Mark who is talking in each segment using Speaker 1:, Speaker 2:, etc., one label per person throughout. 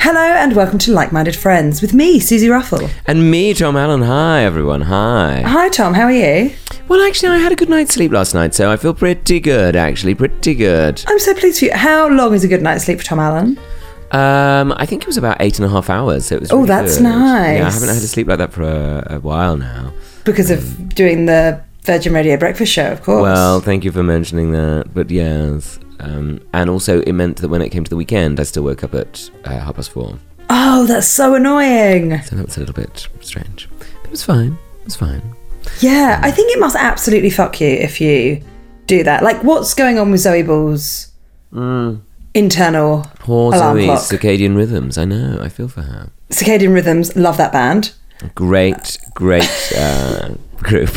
Speaker 1: Hello and welcome to Like Minded Friends with me, Susie Ruffle.
Speaker 2: And me, Tom Allen. Hi, everyone. Hi.
Speaker 1: Hi, Tom. How are you?
Speaker 2: Uh, Well, actually, I had a good night's sleep last night, so I feel pretty good, actually. Pretty good.
Speaker 1: I'm so pleased for you. How long is a good night's sleep for Tom Allen?
Speaker 2: Um, I think it was about eight and a half hours, so it was
Speaker 1: Oh,
Speaker 2: really
Speaker 1: that's
Speaker 2: good.
Speaker 1: nice.
Speaker 2: Yeah, I haven't had a sleep like that for a, a while now.
Speaker 1: Because of doing the Virgin Radio Breakfast Show, of course.
Speaker 2: Well, thank you for mentioning that, but yes. Um, and also, it meant that when it came to the weekend, I still woke up at uh, half past four.
Speaker 1: oh, that's so annoying.
Speaker 2: So that was a little bit strange. But it was fine. It was fine.
Speaker 1: Yeah, I think it must absolutely fuck you if you do that. Like, what's going on with Zoe Ball's internal
Speaker 2: Poor
Speaker 1: alarm
Speaker 2: Zoe's
Speaker 1: clock?
Speaker 2: circadian rhythms. I know. I feel for her.
Speaker 1: Circadian Rhythms, love that band.
Speaker 2: Great, great uh, group.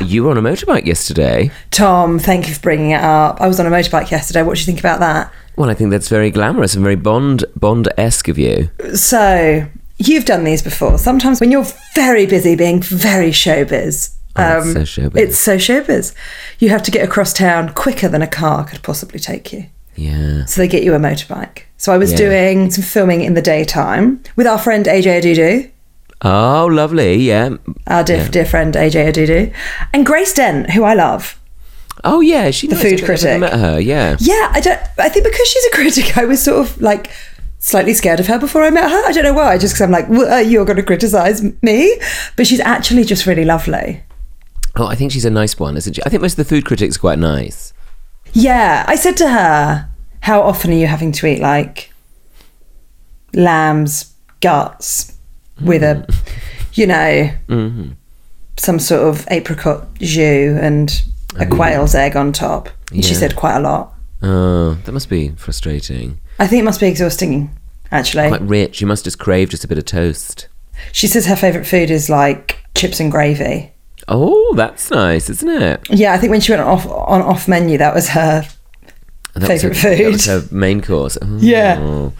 Speaker 2: you were on a motorbike yesterday.
Speaker 1: Tom, thank you for bringing it up. I was on a motorbike yesterday. What do you think about that?
Speaker 2: Well, I think that's very glamorous and very Bond Bond esque of you.
Speaker 1: So you've done these before. Sometimes when you're very busy being very showbiz. um,
Speaker 2: Oh, it's so showbiz.
Speaker 1: It's so showbiz. You have to get across town quicker than a car could possibly take you.
Speaker 2: Yeah.
Speaker 1: So they get you a motorbike. So I was
Speaker 2: Yeah.
Speaker 1: doing some filming in the daytime with our friend AJ Adudu,
Speaker 2: Oh, lovely. Yeah.
Speaker 1: our dear, dear friend AJ Adudu, and Grace Dent, who I love.
Speaker 2: Oh, yeah. She the
Speaker 1: food critic.
Speaker 2: Met her. Yeah.
Speaker 1: Yeah, I don't. I think because she's a critic, I was sort of like slightly scared of her before I met her. I don't know why. Just because I'm like, "Well, uh, you're going to criticize me, but she's actually just really lovely.
Speaker 2: Oh, I think she's a nice one, isn't she? I think most of the food critics are quite nice.
Speaker 1: Yeah, I said to her, "How often are you having to eat like lamb's guts with a,
Speaker 2: Mm.
Speaker 1: you know,
Speaker 2: Mm-hmm.
Speaker 1: some sort of apricot jus and a quail's egg on top?" And She
Speaker 2: Yeah.
Speaker 1: said quite a lot.
Speaker 2: Oh, that must be frustrating.
Speaker 1: I think it must be exhausting, actually.
Speaker 2: Quite rich. You must just crave just a bit of toast.
Speaker 1: She says her favourite food is like chips and gravy.
Speaker 2: Oh, that's nice, isn't it?
Speaker 1: Yeah, I think when she went off on off menu, that was her.
Speaker 2: That was
Speaker 1: Favourite
Speaker 2: her-
Speaker 1: food.
Speaker 2: That was her main course. Oh.
Speaker 1: Yeah.
Speaker 2: Oh,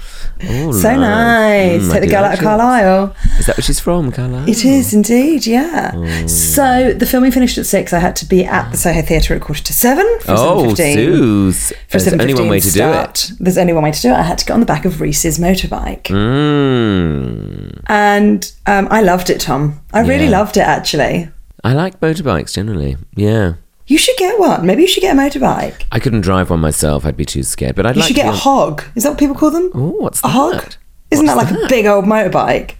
Speaker 1: So nice.
Speaker 2: Mm, I
Speaker 1: Take the
Speaker 2: do
Speaker 1: girl out
Speaker 2: like
Speaker 1: of
Speaker 2: chips.
Speaker 1: Carlisle.
Speaker 2: Is that where she's from, Carlisle?
Speaker 1: It is indeed, yeah.
Speaker 2: Mm.
Speaker 1: So the filming finished at six. I had to be at the Soho Theatre at quarter to seven for seven
Speaker 2: Oh,
Speaker 1: fifteen.
Speaker 2: Suze.
Speaker 1: For
Speaker 2: There's only one
Speaker 1: 7:15
Speaker 2: way to
Speaker 1: start.
Speaker 2: do
Speaker 1: There's only one way to do it. I had to get on the back of Reese's motorbike,
Speaker 2: it. Mm.
Speaker 1: and um, I loved it, Tom. I really
Speaker 2: Yeah.
Speaker 1: loved it, actually.
Speaker 2: I like motorbikes generally. Yeah.
Speaker 1: You should get one. Maybe you should get a motorbike.
Speaker 2: I couldn't drive one myself. I'd be too scared. But I'd
Speaker 1: You
Speaker 2: like
Speaker 1: should
Speaker 2: to
Speaker 1: get a
Speaker 2: be on-
Speaker 1: hog. Is that what people call them?
Speaker 2: Oh, what's
Speaker 1: A
Speaker 2: that?
Speaker 1: hog? Isn't that
Speaker 2: What's
Speaker 1: like a big old motorbike? Like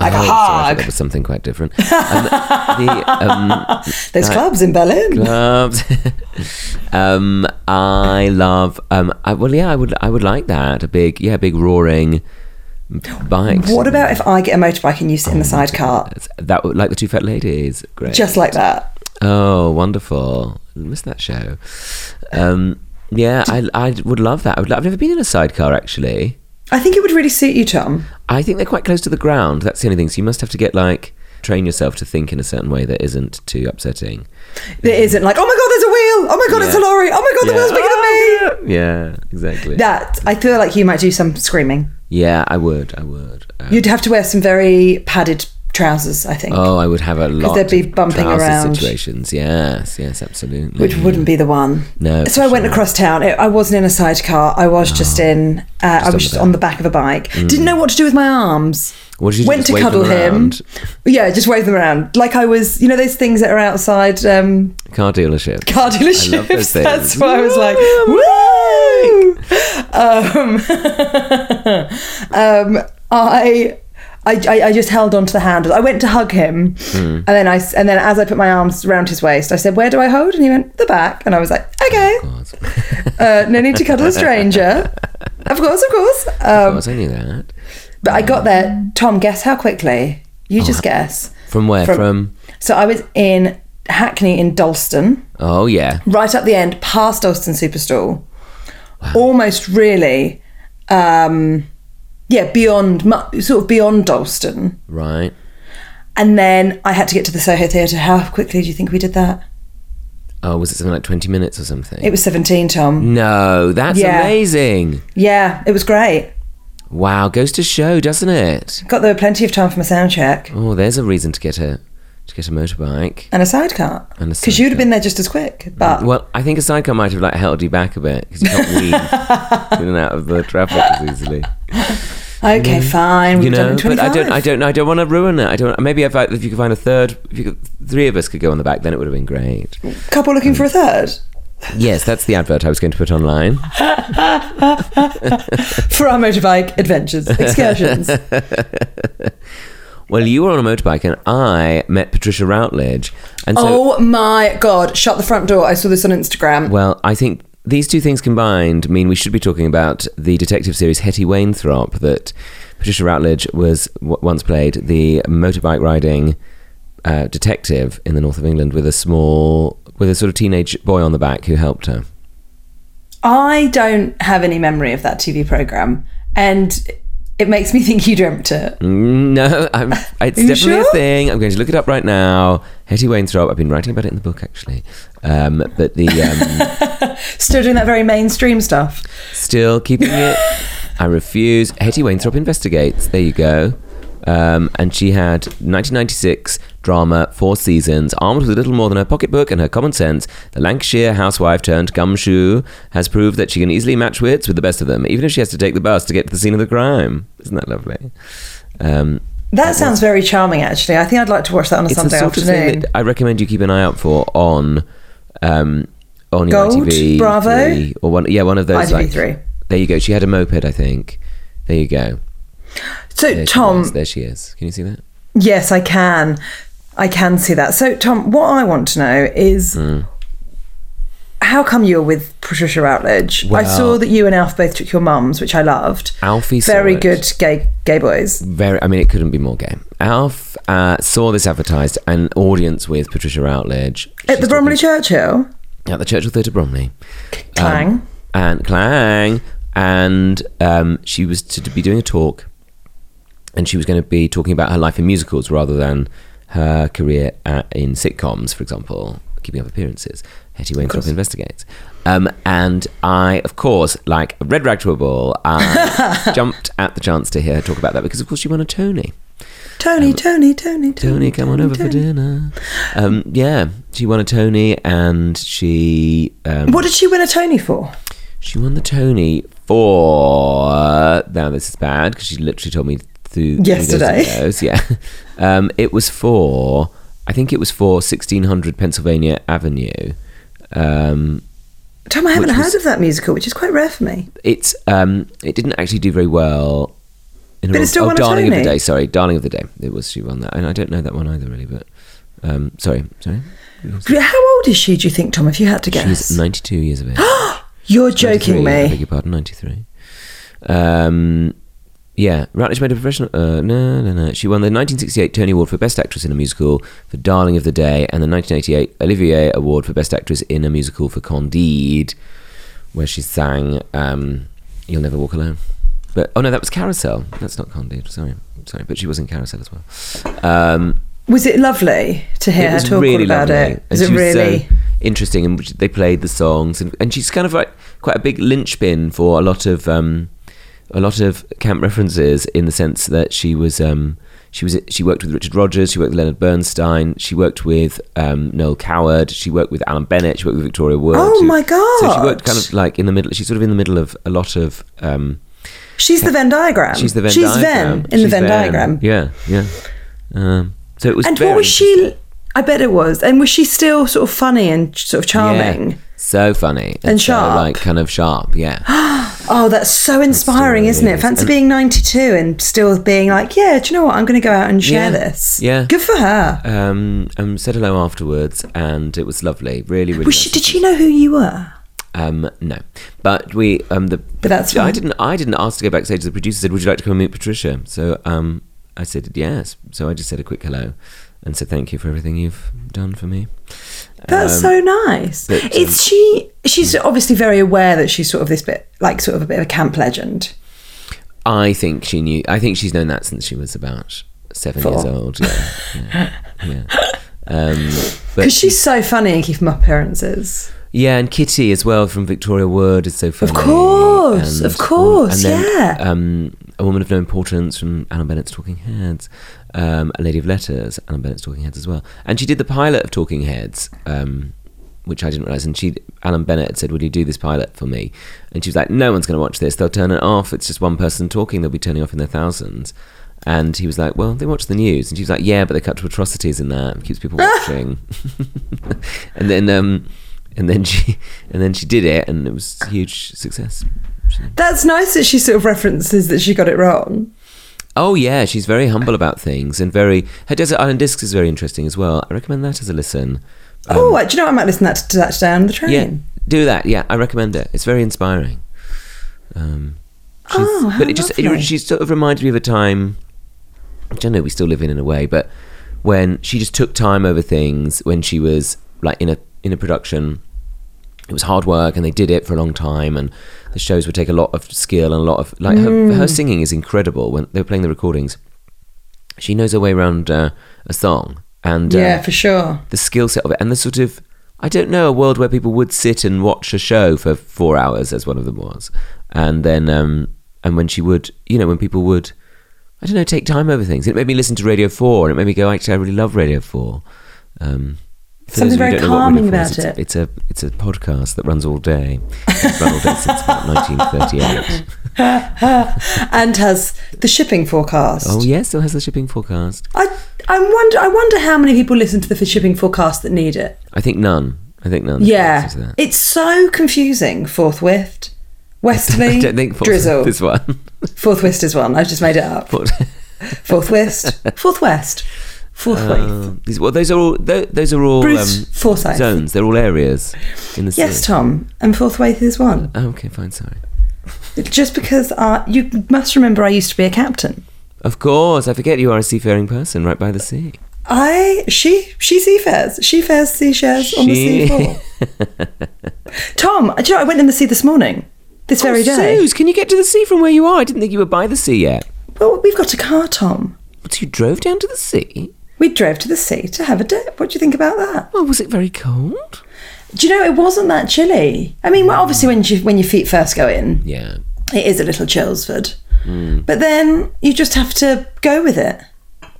Speaker 1: a
Speaker 2: Oh, sorry, I thought
Speaker 1: hog.
Speaker 2: that was something quite different. Um, the, um,
Speaker 1: There's clubs in Berlin.
Speaker 2: gloves. um, I love. Um, I, well, yeah, I would. I would like that. A big, yeah, big roaring bike.
Speaker 1: What about if I get a motorbike and you sit in the
Speaker 2: Oh,
Speaker 1: sidecar?
Speaker 2: that? would- Like the two fat ladies. Great.
Speaker 1: Just like that.
Speaker 2: Oh, wonderful! Missed that show. Um, yeah, I, I would love that. I would, lo- I've never been in a sidecar actually.
Speaker 1: I think it would really suit you, Tom.
Speaker 2: I think they're quite close to the ground. That's the only thing. So you must have to get like train yourself to think in a certain way that isn't too upsetting.
Speaker 1: There isn't like, oh my god, there's a wheel. Oh my god, it's a
Speaker 2: Yeah.
Speaker 1: lorry. Oh my god, the
Speaker 2: Yeah. Oh,
Speaker 1: wheel's bigger than me.
Speaker 2: Yeah, exactly.
Speaker 1: That I feel like you might do some screaming.
Speaker 2: yeah, I would. I would. Uh,
Speaker 1: You'd have to wear some very padded trousers, I think,
Speaker 2: oh, I would have a lot.
Speaker 1: there'd be
Speaker 2: of
Speaker 1: bumping
Speaker 2: trouser
Speaker 1: around.
Speaker 2: situations. Yes, yes, absolutely.
Speaker 1: which wouldn't be the one.
Speaker 2: No,
Speaker 1: So I
Speaker 2: for
Speaker 1: went
Speaker 2: sure. Ah,
Speaker 1: across town. It, I wasn't in a sidecar. I was just in. Uh, I was just on the back of a bike. Didn't know what to do with my arms.
Speaker 2: What did Mm. you do?
Speaker 1: went
Speaker 2: Just
Speaker 1: to
Speaker 2: wave them
Speaker 1: cuddle him.
Speaker 2: around?
Speaker 1: Yeah, just wave them around. Like I was, you know, those things that are outside um,
Speaker 2: car dealership.
Speaker 1: car
Speaker 2: I love those
Speaker 1: dealerships.
Speaker 2: things.
Speaker 1: That's why I was like, woo! Um, um, I I, I, I just held onto the handle. I went to hug him,
Speaker 2: Hmm.
Speaker 1: and then I s- and then as I put my arms around his waist, I said, "Where do I hold?" And he went, "The back." And I was like, "Okay,
Speaker 2: Oh, God.
Speaker 1: uh, no need to cuddle a stranger." of course, of course.
Speaker 2: Oh, I
Speaker 1: Um,
Speaker 2: was only that.
Speaker 1: but I got there. Tom, guess how quickly? You
Speaker 2: Oh,
Speaker 1: just guess.
Speaker 2: From where? From,
Speaker 1: From- So I was in Hackney in Dalston,
Speaker 2: oh yeah,
Speaker 1: right up the end, past Dalston Superstall, almost really, um, yeah, beyond mu- sort of beyond Dalston.
Speaker 2: right.
Speaker 1: And then I had to get to the Soho Theatre. How quickly do you think we did that?
Speaker 2: Oh, was it something like twenty minutes or something?
Speaker 1: It was 17,
Speaker 2: Mm.
Speaker 1: Tom.
Speaker 2: no, that's
Speaker 1: Yeah.
Speaker 2: amazing.
Speaker 1: Yeah, it was great.
Speaker 2: Wow, goes to show, doesn't it?
Speaker 1: Got there plenty of time for my sound check
Speaker 2: Oh, there's a reason to get a to get a motorbike.
Speaker 1: and a sidecar.
Speaker 2: And a
Speaker 1: Because you'd
Speaker 2: sidecar.
Speaker 1: have been there just as quick. But
Speaker 2: Well, I think a sidecar might have like held you back a bit because you can't weave in and out of the traffic as easily.
Speaker 1: okay, fine.
Speaker 2: you
Speaker 1: We've done it
Speaker 2: know,
Speaker 1: in
Speaker 2: but I
Speaker 1: 25.
Speaker 2: don't, I don't, know. I don't want to ruin it. I don't. Maybe if, I, if you could find a third, if you could, three of us could go on the back, then it would have been great.
Speaker 1: Couple looking for a third.
Speaker 2: Yes, that's the advert I was going to put online.
Speaker 1: For our motorbike adventures, excursions.
Speaker 2: Well, you were on a motorbike, and I met Patricia Routledge, and so
Speaker 1: oh my God. Shut the front door. I saw this on Instagram.
Speaker 2: well, I think these two things combined mean we should be talking about the detective series Hetty Wainthrop that Patricia Routledge was w- once played the motorbike riding uh, detective in the north of England with a small, with a sort of teenage boy on the back who helped her.
Speaker 1: I don't have any memory of that TV program. And it makes me think you dreamt it.
Speaker 2: Mm, No, I'm, it's
Speaker 1: you
Speaker 2: definitely a
Speaker 1: sure?
Speaker 2: thing. I'm going to look it up right now. Hetty Wainthrop. I've been writing about it in the book actually, um, but the um,
Speaker 1: Still doing that very mainstream stuff.
Speaker 2: still keeping it. I refuse. Hetty Wainthrop investigates. There you go. Um, and she had 1996 drama, four seasons, armed with little more than her pocketbook and her common sense. The Lancashire housewife turned gumshoe has proved that she can easily match wits with the best of them, even if she has to take the bus to get to the scene of the crime. Isn't that lovely? Um,
Speaker 1: That sounds very charming, actually. I think I'd like to watch that on a
Speaker 2: it's
Speaker 1: Sunday
Speaker 2: the sort of
Speaker 1: afternoon.
Speaker 2: thing that I recommend you keep an eye out for on um, on your
Speaker 1: Gold,
Speaker 2: ITV
Speaker 1: Bravo?
Speaker 2: three or one yeah one of those like
Speaker 1: ITV3.
Speaker 2: there you go she had a moped I think there you go
Speaker 1: so,
Speaker 2: there she
Speaker 1: Tom,
Speaker 2: was. there she is can you see that
Speaker 1: yes, I can. I can see that. So, Tom, what I want to know is
Speaker 2: Mm.
Speaker 1: how come you're with Patricia Routledge? I saw that you and Alf both took your mums, which I loved.
Speaker 2: Alfie saw
Speaker 1: Very
Speaker 2: it.
Speaker 1: good gay gay boys.
Speaker 2: very I mean it couldn't be more gay Alf uh, saw this advertised an audience with Patricia Routledge
Speaker 1: At the
Speaker 2: She's
Speaker 1: Bromley Churchill.
Speaker 2: talking- at the Churchill Theatre Bromley
Speaker 1: Clang.
Speaker 2: Um, and clang and um, she was to be doing a talk and she was going to be talking about her life in musicals rather than her career at, in sitcoms for example keeping up appearances hetty wainthrop investigates um, and i of course like a red rag to a bull i jumped at the chance to hear her talk about that because of course she won a tony
Speaker 1: Tony, Tony, Tony, Tony.
Speaker 2: Tony, come on over for dinner. Um, yeah, she won a Tony, and she um,
Speaker 1: What did she win a Tony for?
Speaker 2: She won the Tony for. Now this is bad because she literally told me through
Speaker 1: Yesterday.
Speaker 2: through those- Yeah, um, it was for. I think it was for 1600 Pennsylvania Avenue. Um,
Speaker 1: Tom, I haven't
Speaker 2: Which
Speaker 1: heard
Speaker 2: was-
Speaker 1: of that musical, which is quite rare for me.
Speaker 2: it's um, it didn't actually do very well. In a
Speaker 1: But it
Speaker 2: real-
Speaker 1: still
Speaker 2: oh,
Speaker 1: won a
Speaker 2: Darling of
Speaker 1: Tony.
Speaker 2: the Day. Sorry, Darling of the Day. It was she won that, and I don't know that one either really. But um, sorry, sorry.
Speaker 1: How old is she, do you think, Tom, if you had to guess?
Speaker 2: She's 92 years of age.
Speaker 1: You're
Speaker 2: 93,
Speaker 1: joking
Speaker 2: I beg
Speaker 1: me.
Speaker 2: your pardon, 93. Um, yeah, Routledge made a professional. Uh, no, no, no. She won the 1968 Tony Award for Best Actress in a Musical for Darling of the Day and the 1988 Olivier Award for Best Actress in a Musical for Candide, where she sang um, You'll Never Walk Alone. But oh no, that was Carousel. That's not Candide. Sorry, sorry. But she was in Carousel as well. Um,
Speaker 1: Was it lovely to hear
Speaker 2: it
Speaker 1: her
Speaker 2: was
Speaker 1: talk
Speaker 2: really
Speaker 1: all about
Speaker 2: lovely.
Speaker 1: it? Is
Speaker 2: And
Speaker 1: it
Speaker 2: she was so
Speaker 1: really?
Speaker 2: interesting? And which- they played the songs, and, and she's kind of like quite a big linchpin for a lot of um, a lot of camp references in the sense that she was um, she was she worked with Richard Rogers, she worked with Leonard Bernstein, she worked with um, Noel Coward, she worked with Alan Bennett, she worked with Victoria Wood.
Speaker 1: Oh
Speaker 2: She-
Speaker 1: my
Speaker 2: So she worked
Speaker 1: God.
Speaker 2: kind of like in the middle. She's sort of in the middle of a lot of. Um,
Speaker 1: She's the Venn diagram.
Speaker 2: she's the Venn
Speaker 1: Um, She's
Speaker 2: diagram.
Speaker 1: Venn in the
Speaker 2: She's
Speaker 1: Venn,
Speaker 2: Venn.
Speaker 1: diagram.
Speaker 2: Yeah, yeah. Um, so it was.
Speaker 1: and
Speaker 2: very
Speaker 1: what was
Speaker 2: interesting.
Speaker 1: she? I bet it was. And was she still sort of funny and sort of charming?
Speaker 2: Yeah. So funny. uh,
Speaker 1: And sharp.
Speaker 2: So, like kind of sharp, yeah.
Speaker 1: Oh, that's so inspiring,
Speaker 2: That's
Speaker 1: isn't
Speaker 2: the way it
Speaker 1: it?
Speaker 2: is.
Speaker 1: Fancy
Speaker 2: And-
Speaker 1: being 92 and still being like, yeah, do you know what? I'm going to go out and share
Speaker 2: Yeah.
Speaker 1: this.
Speaker 2: Yeah.
Speaker 1: Good for her.
Speaker 2: Um, um, said hello afterwards, and it was lovely. Really, really.
Speaker 1: Was she,
Speaker 2: nice.
Speaker 1: did she know who you were?
Speaker 2: Um, no, but we. Um, the but
Speaker 1: that's
Speaker 2: I
Speaker 1: fine.
Speaker 2: didn't. I didn't ask to go backstage. The producer said, "Would you like to come and meet Patricia?" So um, I said yes. So I just said a quick hello, and said thank you for everything you've done for me.
Speaker 1: That's so nice.
Speaker 2: Um, but, um,
Speaker 1: Is she? She's obviously very aware that she's sort of this bit, like sort of a bit of a camp legend.
Speaker 2: I think she knew. I think she's known that since she was about seven
Speaker 1: Four.
Speaker 2: years old. Yeah, yeah. yeah. Um, but
Speaker 1: Because she's so funny and keep them up appearances.
Speaker 2: yeah, and Kitty as well from Victoria Wood is so funny.
Speaker 1: course, of course,
Speaker 2: and then,
Speaker 1: yeah.
Speaker 2: Um, a woman of no importance from Anna Bennett's Talking Heads, um, a lady of letters, Anna Bennett's Talking Heads as well, and she did the pilot of Talking Heads. Um, which I didn't realise, and she, Alan Bennett, had said, "Will you do this pilot for me?" And she was like, "No one's going to watch this. They'll turn it off. It's just one person talking. They'll be turning off in their thousands. And he was like, "Well, they watch the news." And she was like, "Yeah, but they cut to atrocities in that. It keeps people watching." and then, um, and then she, and then she did it, and it was a huge success.
Speaker 1: That's nice that she sort of references that she got it wrong.
Speaker 2: Oh yeah, she's very humble about things, and very her Desert Island Discs is very interesting as well. I recommend that as a listen.
Speaker 1: oh, do you know what? I might listen that to that today on the train.
Speaker 2: Um, Yeah, do that. Yeah, I recommend it. It's very inspiring. Um, she's-
Speaker 1: Oh, how
Speaker 2: but it just
Speaker 1: lovely.
Speaker 2: it, she sort of reminded me of a time, which I know we still live in in a way, but when she just took time over things when she was like in a in a production. It was hard work, and they did it for a long time. And the shows would take a lot of skill and a lot of like her,
Speaker 1: Mm.
Speaker 2: her singing is incredible. When they were playing the recordings, she knows her way around uh, a song, and uh,
Speaker 1: Yeah, for sure.
Speaker 2: the skill set of it and the sort of I don't know a world where people would sit and watch a show for four hours as one of them was, and then um, and when she would you know when people would I don't know take time over things it made me listen to Radio Four and it made me go actually I really love Radio Four. Um, for those
Speaker 1: Something
Speaker 2: of
Speaker 1: very
Speaker 2: you who don't know what
Speaker 1: calming
Speaker 2: Radio 4 is,
Speaker 1: about
Speaker 2: it's, It's a it's a podcast that runs all day. It's run all day since about 1938.
Speaker 1: and has the shipping forecast.
Speaker 2: Oh yeah, still has the shipping forecast.
Speaker 1: I, I wonder. I wonder how many people listen to the shipping forecast that need it.
Speaker 2: I think none. I think none.
Speaker 1: Yeah,
Speaker 2: Answers that.
Speaker 1: it's so confusing. Forthwith, Westley,
Speaker 2: I don't think
Speaker 1: Drizzle.
Speaker 2: this one.
Speaker 1: Forthwith is one. I've just made it up.
Speaker 2: But-
Speaker 1: Forthwith, Forthwest, Forthwith.
Speaker 2: Um, these, well, those are all. Those, those are all
Speaker 1: Bruce
Speaker 2: um,
Speaker 1: Forsyth.
Speaker 2: zones. They're all areas in the
Speaker 1: Yes,
Speaker 2: city.
Speaker 1: Tom, and Forthwith is one.
Speaker 2: Oh, okay, fine. Sorry.
Speaker 1: Just because I, you must remember, I used to be a captain.
Speaker 2: Of course, I forget you are a seafaring person, right by the sea.
Speaker 1: I she she seafares. She fares seashells on the
Speaker 2: She-
Speaker 1: sea floor. Tom, do you know I went in the sea this morning? This very
Speaker 2: oh,
Speaker 1: day.
Speaker 2: Suze, can you get to the sea from where you are? I didn't think you were by the sea yet.
Speaker 1: Well, we've got a car, Tom.
Speaker 2: So you drove down to the sea.
Speaker 1: We drove to the sea to have a dip. What do you think about that?
Speaker 2: Well, was it very cold?
Speaker 1: Do you know it wasn't that chilly? I mean, well, obviously when you, when your feet first go in,
Speaker 2: Yeah.
Speaker 1: it is a little chillsford. But then you just have to go with it.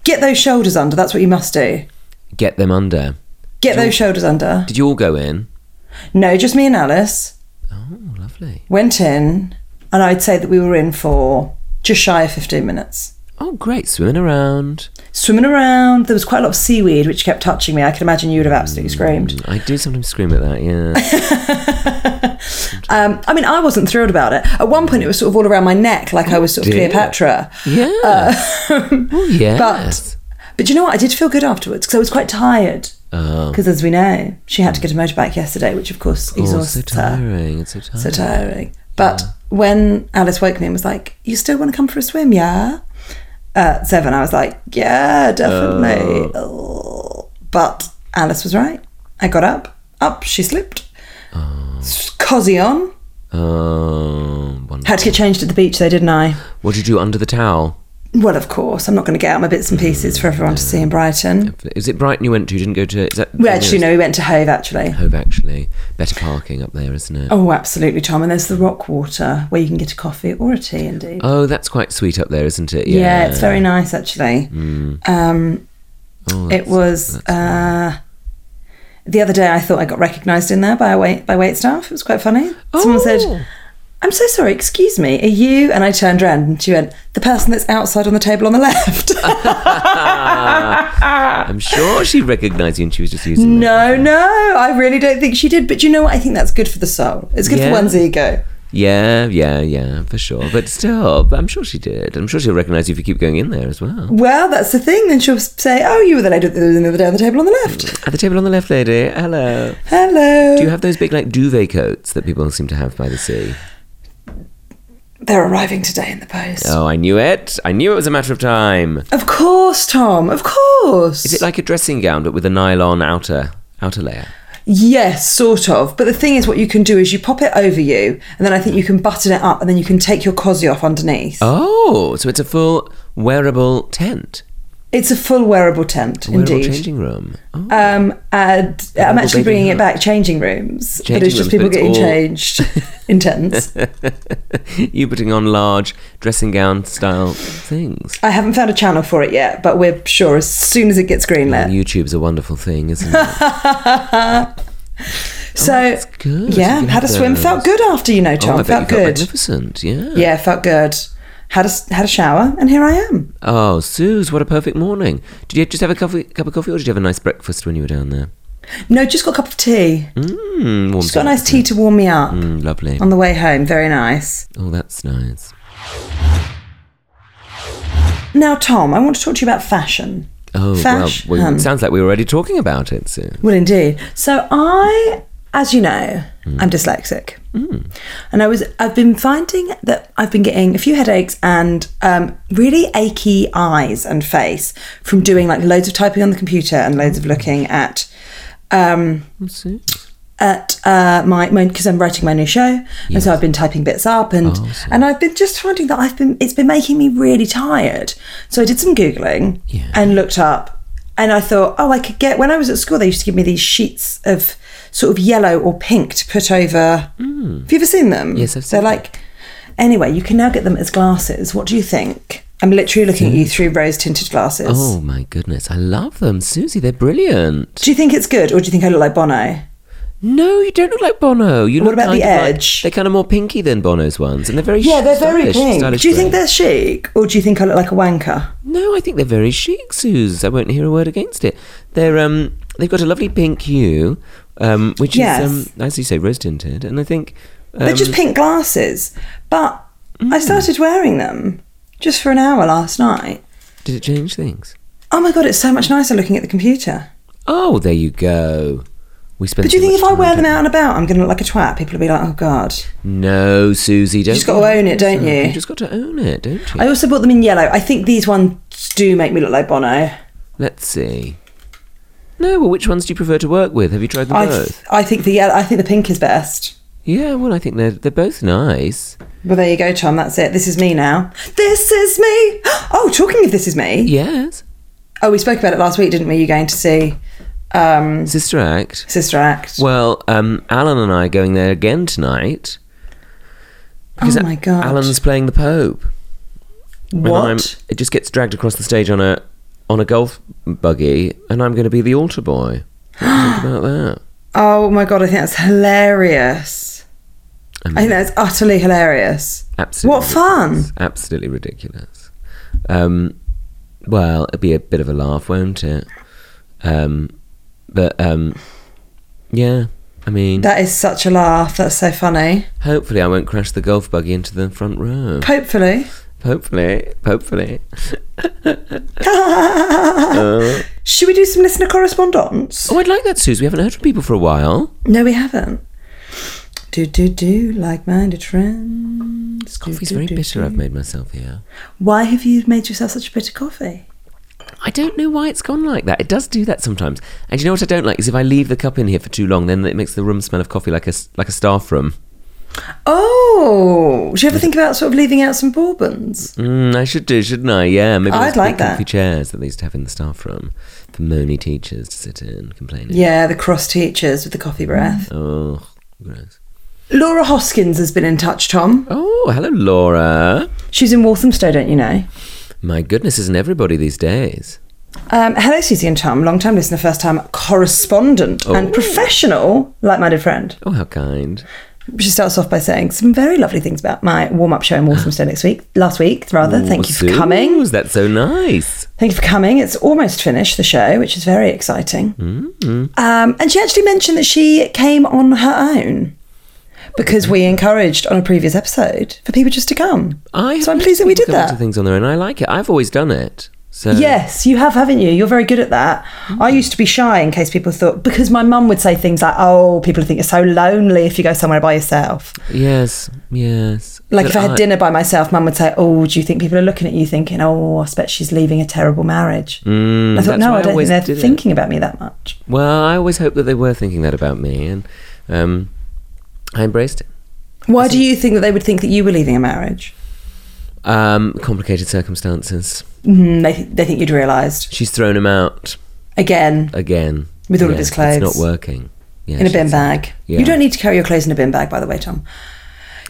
Speaker 1: Get those shoulders under. That's what you must do.
Speaker 2: Get them under.
Speaker 1: Get those shoulders under.
Speaker 2: Did you all go in?
Speaker 1: No, just me and Alice.
Speaker 2: Oh, lovely.
Speaker 1: went in, and I'd say that we were in for just shy of 15 minutes.
Speaker 2: Oh, great. Swimming around.
Speaker 1: Swimming around, there was quite a lot of seaweed which kept touching me. I can imagine you would have absolutely screamed.
Speaker 2: I do sometimes scream at that. Yeah.
Speaker 1: Um, I mean, I wasn't thrilled about it. At one point, it was sort of all around my neck, like I was sort of
Speaker 2: dear.
Speaker 1: Cleopatra.
Speaker 2: Yeah.
Speaker 1: Uh,
Speaker 2: oh, yes.
Speaker 1: But do you know what? I did feel good afterwards because I was quite tired.
Speaker 2: oh,
Speaker 1: Because as we know, she had to get a motorbike yesterday, which of course
Speaker 2: oh, so
Speaker 1: exhausts her.
Speaker 2: tiring. It's so tiring.
Speaker 1: So tiring. But when Alice woke me and was like, "You still want to come for a swim? Yeah." Uh, seven, I was like, "Yeah, definitely."
Speaker 2: Oh.
Speaker 1: Ugh. But Alice was right. I got up. Up she slipped. S- Cosy on.
Speaker 2: Oh, wonderful.
Speaker 1: Had to get changed at the beach though, didn't I?
Speaker 2: What did you do under the towel?
Speaker 1: Well, of course. I'm not going to get out my bits and
Speaker 2: Mm,
Speaker 1: pieces for everyone to see in Brighton.
Speaker 2: Is it Brighton you went to? You didn't go to? Is that
Speaker 1: Well, actually, no, we went to Hove actually.
Speaker 2: Hove actually. Better parking up there, isn't it? Oh.
Speaker 1: Oh, absolutely, Tom. And there's the rock water where you can get a coffee or a tea, indeed.
Speaker 2: Oh, that's quite sweet up there, isn't it?
Speaker 1: Yeah,
Speaker 2: Oh, Yeah, Mm.
Speaker 1: it's very nice actually. Um,
Speaker 2: Oh,
Speaker 1: it
Speaker 2: that's-
Speaker 1: was uh, the other day. I thought I got recognised in there by a wait by wait staff. It was quite funny. Someone
Speaker 2: Oh.
Speaker 1: said, "I'm so sorry, excuse me, are you?" And I turned around and she went, "The person that's outside on the table on the left."
Speaker 2: Oh, I'm sure she recognised you, and she was just using. that.
Speaker 1: no, no, I really don't think she did. But you know what? I think that's good for the soul. It's good
Speaker 2: Yeah.
Speaker 1: for one's ego.
Speaker 2: Yeah, yeah, yeah, for sure. But still, but I'm sure she did. I'm sure she'll recognise you if you keep going in there as well.
Speaker 1: Well, that's the thing. Then she'll say, "Oh, you were the lady at the the other day on the table on the left."
Speaker 2: At the table on the left, lady. Hello.
Speaker 1: Hello.
Speaker 2: Mm. Do you have those big like duvet coats that people seem to have by the sea?
Speaker 1: They're arriving today in the post.
Speaker 2: Oh, I knew it. I knew it was a matter of time.
Speaker 1: Of course, Tom. Of course.
Speaker 2: Is it like a dressing gown but with a nylon outer outer layer?
Speaker 1: Yes, sort of. But the thing is, what you can do is you pop it over you, and then I think you can button it up, and then you can take your cosy off underneath.
Speaker 2: Oh, so it's a full wearable tent.
Speaker 1: It's a full wearable tent,
Speaker 2: Wearable
Speaker 1: indeed.
Speaker 2: changing room. Oh.
Speaker 1: Um, and I'm
Speaker 2: Wearable
Speaker 1: actually
Speaker 2: baby
Speaker 1: bringing it
Speaker 2: hat.
Speaker 1: back changing rooms, but
Speaker 2: Changing
Speaker 1: it's just
Speaker 2: rooms,
Speaker 1: people
Speaker 2: but it's
Speaker 1: getting
Speaker 2: all-
Speaker 1: changed in tents.
Speaker 2: you putting on large dressing gown style things.
Speaker 1: I haven't found a channel for it yet, but we're sure as soon as it gets greenlit.
Speaker 2: YouTube's a wonderful thing, isn't it?
Speaker 1: so,
Speaker 2: Oh, good. You
Speaker 1: yeah,
Speaker 2: can
Speaker 1: had a
Speaker 2: have
Speaker 1: swim.
Speaker 2: those. Oh,
Speaker 1: Felt good after, you know, Tom.
Speaker 2: I bet
Speaker 1: felt
Speaker 2: you felt
Speaker 1: good.
Speaker 2: magnificent. Yeah.
Speaker 1: yeah, felt good. Had a s- had a shower, and here I am.
Speaker 2: Oh, Suze, what a perfect morning. Did you just have a coffee, cup of coffee or did you have a nice breakfast when you were down there?
Speaker 1: No, just got a cup of tea.
Speaker 2: Mm, warms
Speaker 1: Just got a
Speaker 2: up,
Speaker 1: nice Oh.
Speaker 2: doesn't
Speaker 1: tea to warm me up
Speaker 2: it? Mm, lovely.
Speaker 1: on the way home. Very nice.
Speaker 2: Oh, that's nice.
Speaker 1: Now, Tom, I want to talk to you about fashion.
Speaker 2: Oh,
Speaker 1: fashion.
Speaker 2: well, well, it sounds like we were already talking about it, Sue.
Speaker 1: Well, indeed. So I, as you know, I'm dyslexic, and I was I've been finding that I've been getting a few headaches and um, really achy eyes and face from doing like loads of typing on the computer and loads of looking at um,
Speaker 2: Oh, Suze.
Speaker 1: at uh, my because I'm writing my new show, and so I've been typing bits up, and
Speaker 2: Awesome.
Speaker 1: and I've been just finding that I've been it's been making me really tired. So I did some googling
Speaker 2: Yeah.
Speaker 1: and looked up, and I thought, oh, I could get when I was at school they used to give me these sheets of sort of yellow or pink to put over. Have you ever seen them?
Speaker 2: Mm. Yes, I've seen
Speaker 1: They're
Speaker 2: them.
Speaker 1: like anyway, you can now get them as glasses. What do you think? I'm literally looking at you through rose tinted glasses.
Speaker 2: Oh, my goodness. I love them. Susie, they're brilliant.
Speaker 1: Do you think it's good, or do you think I look like Bono?
Speaker 2: No, you don't look like Bono. You
Speaker 1: What
Speaker 2: look
Speaker 1: about
Speaker 2: kind
Speaker 1: the
Speaker 2: of like-
Speaker 1: edge?
Speaker 2: they're kind of more pinky than Bono's ones, and they're very
Speaker 1: Yeah, they're very
Speaker 2: stylish,
Speaker 1: pink.
Speaker 2: stylish
Speaker 1: do you
Speaker 2: grey.
Speaker 1: think they're chic, or do you think I look like a wanker?
Speaker 2: No, I think they're very chic, Suze. I won't hear a word against it. They're um, they've got a lovely pink hue, um, which
Speaker 1: Yes.
Speaker 2: is um, as you say, rose tinted, and I think um, mm.
Speaker 1: They're just pink glasses. But I started wearing them just for an hour last night.
Speaker 2: did it change things?
Speaker 1: Oh my god, it's so much nicer looking at the computer.
Speaker 2: Oh, there you go. We spent.
Speaker 1: But do you
Speaker 2: so
Speaker 1: think if
Speaker 2: much
Speaker 1: I
Speaker 2: time
Speaker 1: wear
Speaker 2: down-
Speaker 1: them out and about, I'm going to look like a twat? People will be like, oh god.
Speaker 2: No, Susie, don't.
Speaker 1: just gotta
Speaker 2: worry
Speaker 1: own it, don't
Speaker 2: yourself.
Speaker 1: you?
Speaker 2: You just got to own it, don't you?
Speaker 1: I also bought them in yellow. I think these ones do make me look like Bono.
Speaker 2: Let's see. No, well, which ones do you prefer to work with? Have you tried them
Speaker 1: I,
Speaker 2: both?
Speaker 1: I think the yellow, I think the pink is best.
Speaker 2: Yeah, well, I think they're they're both nice.
Speaker 1: Well, there you go, Tom. That's it. This is me now. This is me. Oh, talking of this is me.
Speaker 2: Yes,
Speaker 1: Oh, we spoke about it last week, didn't we? You going to see um,
Speaker 2: Sister Act.
Speaker 1: Sister Act?
Speaker 2: Well, um, Alan and I are going there again tonight. Because
Speaker 1: Oh my God.
Speaker 2: Alan's playing the Pope. And
Speaker 1: what?
Speaker 2: I'm, it just gets dragged across the stage on a on a golf buggy, and I'm going to be the altar boy. What do you think about that?
Speaker 1: Oh my god, I think that's hilarious. I think
Speaker 2: Amazing.
Speaker 1: that's utterly hilarious.
Speaker 2: Absolutely.
Speaker 1: What fun.
Speaker 2: ridiculous. Absolutely ridiculous. Um, well, it'll be a bit of a laugh, won't it? Um, but um, yeah, I mean,
Speaker 1: That is such a laugh. That's so funny.
Speaker 2: hopefully I won't crash the golf buggy into the front row.
Speaker 1: Hopefully.
Speaker 2: Hopefully, hopefully.
Speaker 1: Should we do some listener correspondence?
Speaker 2: Oh, I'd like that, Suze. We haven't heard from people for a while.
Speaker 1: No, we haven't. Do do do like minded friends.
Speaker 2: This coffee's very bitter. I've made myself here.
Speaker 1: Why have you made yourself such a bitter coffee?
Speaker 2: I don't know why it's gone like that. It does do that sometimes. And you know what I don't like is if I leave the cup in here for too long, then it makes the room smell of coffee like a s- like a staff room.
Speaker 1: Oh, do you ever think about sort of leaving out some bourbons?
Speaker 2: Mm, I should do, shouldn't I? Yeah, maybe
Speaker 1: I'd
Speaker 2: those big
Speaker 1: like that.
Speaker 2: comfy chairs that they used to have in the staff room for moany teachers to sit in complaining.
Speaker 1: Yeah, the cross teachers with the coffee breath.
Speaker 2: Oh, gross.
Speaker 1: Laura Hoskins has been in touch, Tom.
Speaker 2: Oh, hello, Laura.
Speaker 1: She's in Walthamstow, don't you know?
Speaker 2: My goodness, isn't everybody these days?
Speaker 1: Um, hello, Susie and Tom, long time listener, first time correspondent and professional, like minded friend.
Speaker 2: Oh, how kind.
Speaker 1: She starts off by saying some very lovely things about my warm up show in Walthamstow next week, last week, rather. Thank you for
Speaker 2: Suze,
Speaker 1: coming.
Speaker 2: That's so nice.
Speaker 1: Thank you for coming. It's almost finished, the show, which is very exciting. Um, and she actually mentioned that she came on her own. because we encouraged on a previous episode for people just to come.
Speaker 2: I
Speaker 1: so
Speaker 2: have
Speaker 1: I'm
Speaker 2: let
Speaker 1: pleased that we did
Speaker 2: people come
Speaker 1: that.
Speaker 2: To things on their own. I like it. I've always done it. So Mm-hmm.
Speaker 1: Yes, you have, haven't you? You're very good at that. I used to be shy in case people thought, because my mum would say things like, oh, people think you're so lonely if you go somewhere by yourself.
Speaker 2: Yes. Yes.
Speaker 1: Like
Speaker 2: But
Speaker 1: if I had dinner by myself, mum would say, oh, do you think people are looking at you thinking, oh, I bet she's leaving a terrible marriage?
Speaker 2: Mm,
Speaker 1: I thought,
Speaker 2: that's
Speaker 1: no,
Speaker 2: why
Speaker 1: I don't
Speaker 2: always
Speaker 1: think they're
Speaker 2: did it.
Speaker 1: thinking about me that much.
Speaker 2: Well, I always hoped that they were thinking that about me, and um, I embraced it.
Speaker 1: Why do you think that they would think that you were leaving a marriage?
Speaker 2: Um, complicated circumstances.
Speaker 1: Mm, they, they think you'd realised.
Speaker 2: She's thrown him out
Speaker 1: Again,
Speaker 2: again
Speaker 1: With all of his clothes.
Speaker 2: It's not working. Yeah,
Speaker 1: in a
Speaker 2: she's-
Speaker 1: bin bag.
Speaker 2: Yeah.
Speaker 1: You don't need to carry your clothes in a bin bag, by the way, Tom.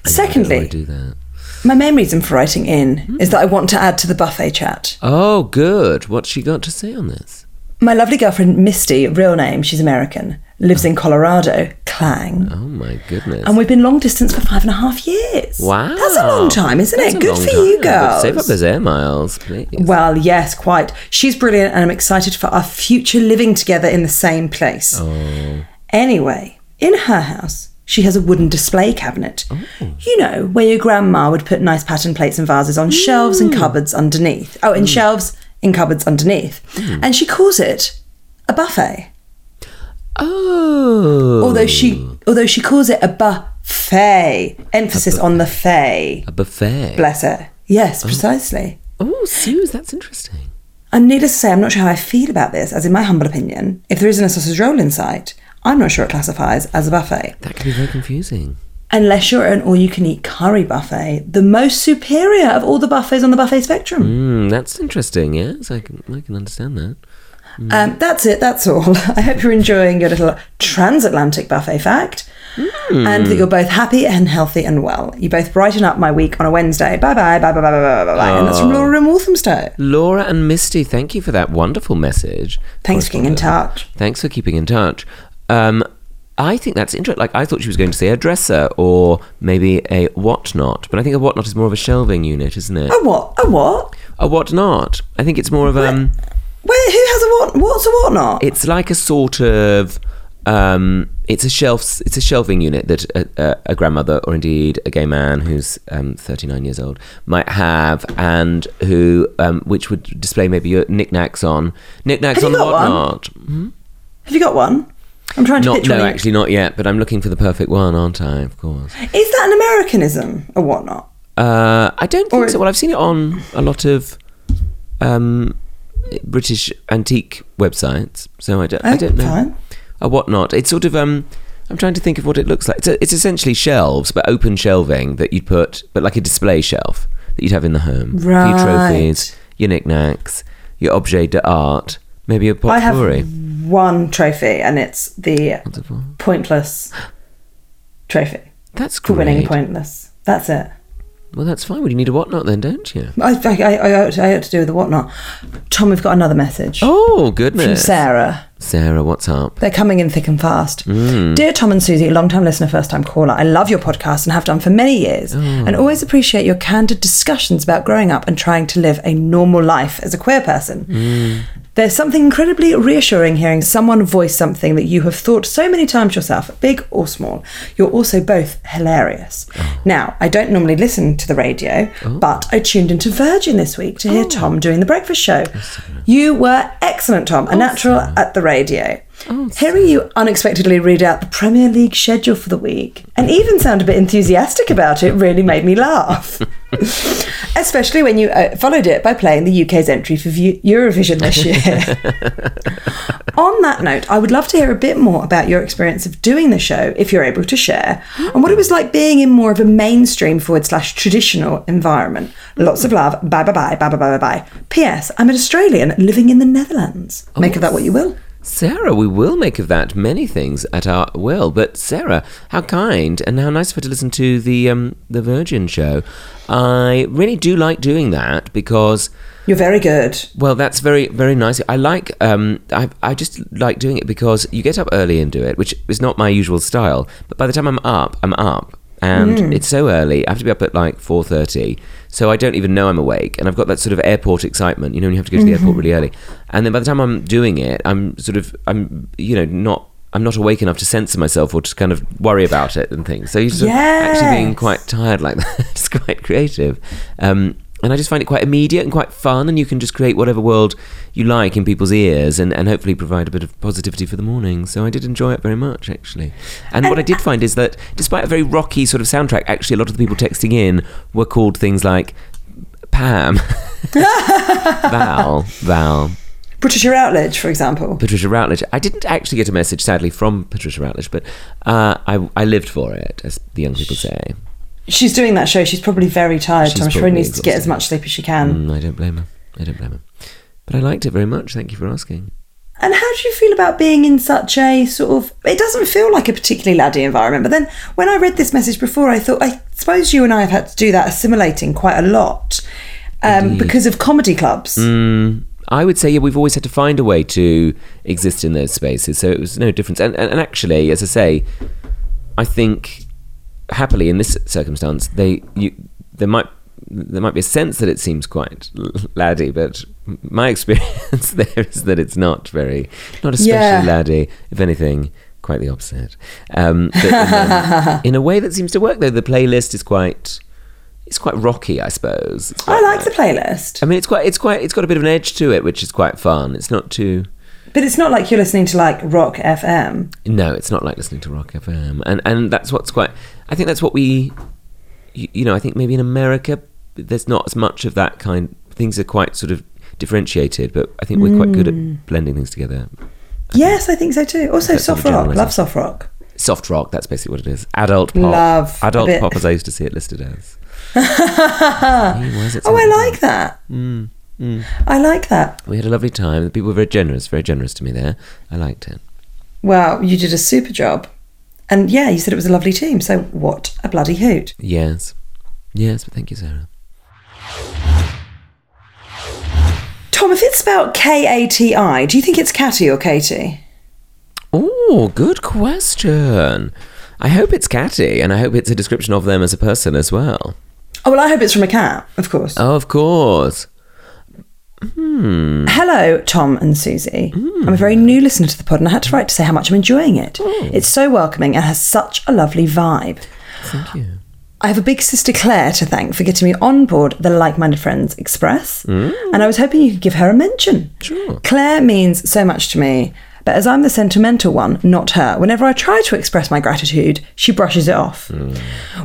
Speaker 2: I
Speaker 1: Secondly,
Speaker 2: do Hmm. that.
Speaker 1: my main reason for writing in is that I want to add to the buffet chat.
Speaker 2: Oh, good. What's she got to say on this?
Speaker 1: My lovely girlfriend, Misty, real name, she's American, lives in Colorado, Clang.
Speaker 2: Oh my goodness.
Speaker 1: And we've been long distance for five and a half years.
Speaker 2: wow,
Speaker 1: That's a long time, isn't
Speaker 2: That's
Speaker 1: it?
Speaker 2: a
Speaker 1: Good
Speaker 2: long
Speaker 1: for you
Speaker 2: time.
Speaker 1: girls.
Speaker 2: Save up those air miles, please.
Speaker 1: well, yes, quite. She's brilliant, and I'm excited for our future living together in the same
Speaker 2: Oh.
Speaker 1: place. Anyway, in her house, she has a wooden display cabinet.
Speaker 2: Oh.
Speaker 1: You know, where your grandma would put nice pattern plates and vases on shelves
Speaker 2: Mm.
Speaker 1: and cupboards underneath. Oh, and shelves in cupboards underneath.
Speaker 2: Hmm.
Speaker 1: And she calls it a buffet.
Speaker 2: Oh,
Speaker 1: although she although she calls it a buffet emphasis on the fay
Speaker 2: a buffet.
Speaker 1: bless her yes precisely
Speaker 2: oh, Suze, that's interesting.
Speaker 1: and needless to say i'm not sure how i feel about this as in my humble opinion if there isn't a sausage roll in sight i'm not sure it classifies as a buffet
Speaker 2: That can be very confusing.
Speaker 1: unless you're an all-you-can-eat curry buffet the most superior of all the buffets on the buffet spectrum
Speaker 2: Mm, that's interesting. Yes, I can. I can understand that.
Speaker 1: um, that's it that's all i hope you're enjoying your little transatlantic buffet fact
Speaker 2: Hmm.
Speaker 1: And that you're both happy and healthy and well. You both brighten up my week on a Wednesday. Bye bye, bye bye, bye bye, bye bye, bye. And that's
Speaker 2: Oh.
Speaker 1: from Laura in Walthamstow.
Speaker 2: Laura and Misty, thank you for that wonderful message.
Speaker 1: Thanks for getting in touch.
Speaker 2: Thanks for keeping in touch. Um, I think that's interesting. Like I thought she was going to say a dresser or maybe a whatnot, but I think a whatnot is more of a shelving unit, isn't it?
Speaker 1: A what? A what?
Speaker 2: A whatnot. I think it's more of um.
Speaker 1: Where, who has a what? What's a whatnot?
Speaker 2: It's like a sort of. Um, it's a shelf. It's a shelving unit that a, a, a grandmother, or indeed a gay man who's um, 39 years old, might have, and who, um, which would display maybe your knickknacks on knickknacks
Speaker 1: Have you
Speaker 2: on
Speaker 1: got
Speaker 2: the
Speaker 1: one?
Speaker 2: whatnot.
Speaker 1: Have you got one? I'm trying to
Speaker 2: Not,
Speaker 1: picture
Speaker 2: no,
Speaker 1: one.
Speaker 2: actually, not yet. But I'm looking for the perfect one, aren't I? Of course.
Speaker 1: Is that an Americanism? A whatnot?
Speaker 2: Uh, I don't think
Speaker 1: Or-
Speaker 2: so. Well, I've seen it on a lot of um, British antique websites, so I don't. I
Speaker 1: Oh,
Speaker 2: don't know.
Speaker 1: fine.
Speaker 2: A whatnot. It's sort of. Um, I'm trying to think of what it looks like. It's, a, it's essentially shelves, but open shelving that you'd put, but like a display shelf that you'd have in the home. For your trophies,
Speaker 1: Right.
Speaker 2: your knickknacks, your objet d'art, maybe a
Speaker 1: I have
Speaker 2: potpourri.
Speaker 1: one trophy, and it's the
Speaker 2: Wonderful.
Speaker 1: pointless trophy
Speaker 2: That's
Speaker 1: for
Speaker 2: great.
Speaker 1: winning pointless. That's it.
Speaker 2: Well, that's fine. Well, you need a whatnot then, don't you?
Speaker 1: I, I, I, I, ought to, I ought to do with the whatnot. Tom, we've got another message
Speaker 2: Oh,
Speaker 1: from
Speaker 2: goodness.
Speaker 1: Sarah.
Speaker 2: Sarah, what's up?
Speaker 1: They're coming in thick and fast. Dear Tom and Susie, long-time listener, first-time caller, I love your podcast and have done for many years, and always appreciate your candid discussions about growing up and trying to live a normal life as a queer person. There's something incredibly reassuring hearing someone voice something that you have thought so many times yourself, big or small. You're also both hilarious. Now, I don't normally listen to the radio, but I tuned into Virgin this week to hear Tom doing the breakfast show. You were excellent, Tom, a natural at the radio. Hearing you unexpectedly read out the Premier League schedule for the week and even sound a bit enthusiastic about it really made me laugh. Especially when you uh, followed it by playing the UK's entry for Vu- Eurovision this year. On that note, I would love to hear a bit more about your experience of doing the show, if you're able to share, and what it was like being in more of a mainstream forward slash traditional environment. Lots of love. Bye bye bye bye bye bye bye. P.S. I'm an Australian living in the Netherlands. Make of that what you will.
Speaker 2: Sarah, we will make of that many things at our will. But Sarah, how kind and how nice of her to listen to the um, the Virgin show. I really do like doing that because
Speaker 1: You're very good.
Speaker 2: well, that's very very nice. I like um, I I just like doing it because you get up early and do it, which is not my usual style. But by the time I'm up, I'm up. And it's so early. I have to be up at like four thirty, so I don't even know I'm awake. And I've got that sort of airport excitement, you know, when you have to go to the airport really early. And then by the time I'm doing it, I'm sort of I'm you know not I'm not awake enough to censor myself or to kind of worry about it and things. So you're sort of
Speaker 1: Yes.
Speaker 2: actually being quite tired like that. it's quite creative. Um, and I just find it quite immediate and quite fun, and you can just create whatever world you like in people's ears and, and hopefully provide a bit of positivity for the morning. So I did enjoy it very much, actually. And what I did find is that despite a very rocky sort of soundtrack, actually, a lot of the people texting in were called things like Pam, Val, Val,
Speaker 1: British Outledge, for example.
Speaker 2: Patricia Routledge. I didn't actually get a message, sadly, from Patricia Routledge, but uh, I, I lived for it, as the young people say.
Speaker 1: She's doing that show. She's probably very tired.
Speaker 2: She's
Speaker 1: Tom. She probably
Speaker 2: probably
Speaker 1: needs to get as
Speaker 2: exhausted.
Speaker 1: much sleep as she can.
Speaker 2: Mm, I don't blame her. I don't blame her. But I liked it very much. Thank you for asking.
Speaker 1: And how do you feel about being in such a sort of? It doesn't feel like a particularly laddie environment. But then when I read this message before, I thought, I suppose you and I have had to do that assimilating quite a lot um, because of comedy clubs.
Speaker 2: I would say, yeah, we've always had to find a way to exist in those spaces. So it was no difference. And, and, and actually, as I say, I think happily in this circumstance, they you there might there might be a sense that it seems quite l- laddie, but my experience there is that it's not very not especially
Speaker 1: Yeah.
Speaker 2: laddie. If anything, quite the opposite. Um, but in, um, in a way that seems to work though, the playlist is quite. It's quite rocky, I suppose. It's
Speaker 1: I
Speaker 2: quite
Speaker 1: like the playlist,
Speaker 2: I mean, it's quite, it's quite, it's got a bit of an edge to it, which is quite fun. It's not too.
Speaker 1: but it's not like you're listening to like rock FM.
Speaker 2: No, it's not like listening to rock FM, and and that's what's quite. I think that's what we, you, you know, I think maybe in America there's not as much of that kind. Things are quite sort of differentiated, but I think we're quite good
Speaker 1: Hmm.
Speaker 2: at blending things together.
Speaker 1: Yes, I think so too. Also,
Speaker 2: That's
Speaker 1: soft
Speaker 2: sort of
Speaker 1: rock. Love
Speaker 2: generalising.
Speaker 1: soft rock.
Speaker 2: Soft rock, that's basically what it is. Adult pop,
Speaker 1: Love, a
Speaker 2: adult
Speaker 1: bit.
Speaker 2: pop, as I used to see it listed as. Hey, why is it
Speaker 1: Oh, I
Speaker 2: something?
Speaker 1: like that. I like that.
Speaker 2: We had a lovely time. The people were very generous, very generous to me there. I liked it.
Speaker 1: Wow, you did a super job. And yeah, you said it was a lovely team. So what a bloody hoot.
Speaker 2: Yes, yes, but thank you, Sarah.
Speaker 1: Tom, if it's spelled K A T I, do you think it's Catty or Katie?
Speaker 2: Oh, good question. I hope it's catty, and I hope it's a description of them as a person as well.
Speaker 1: Oh, well, I hope it's from a cat, of course.
Speaker 2: Oh, of course.
Speaker 1: Hello, Tom and Susie. I'm a very new listener to the pod, and I had to write to say how much I'm enjoying it. It's so welcoming and has such a lovely vibe.
Speaker 2: Thank you.
Speaker 1: I have a big sister Claire to thank for getting me on board the Like Minded Friends Express, and I was hoping you could give her a mention.
Speaker 2: Sure.
Speaker 1: Claire means so much to me, but as I'm the sentimental one, not her, whenever I try to express my gratitude, she brushes it off.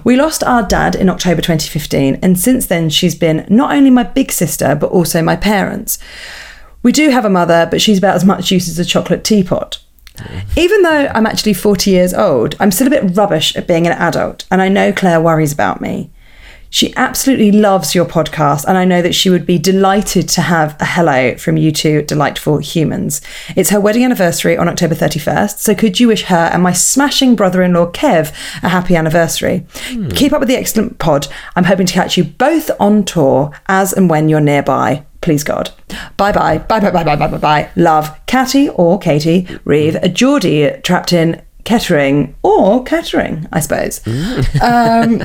Speaker 1: We lost our dad in October 2015, and since then, she's been not only my big sister, but also my parents. We do have a mother, but she's about as much use as a chocolate teapot. Even though I'm actually 40 years old, I'm still a bit rubbish at being an adult, and I know Claire worries about me. She absolutely loves your podcast, and I know that she would be delighted to have a hello from you two delightful humans. It's her wedding anniversary on October 31st, so could you wish her and my smashing brother in law Kev a happy anniversary? Keep up with the excellent pod. I'm hoping to catch you both on tour as and when you're nearby. Please God. Bye bye. Bye bye bye bye bye bye bye. Love Catty or Katie Reeve, a Geordie trapped in Kettering or Kettering, I suppose. Um,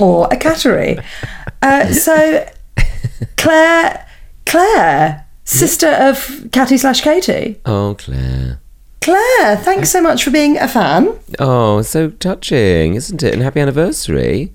Speaker 1: or a cattery. Uh, so Claire Claire, sister of Catty slash Katie.
Speaker 2: Oh, Claire.
Speaker 1: Claire, thanks so much for being a fan.
Speaker 2: Oh, so touching, isn't it? And happy anniversary.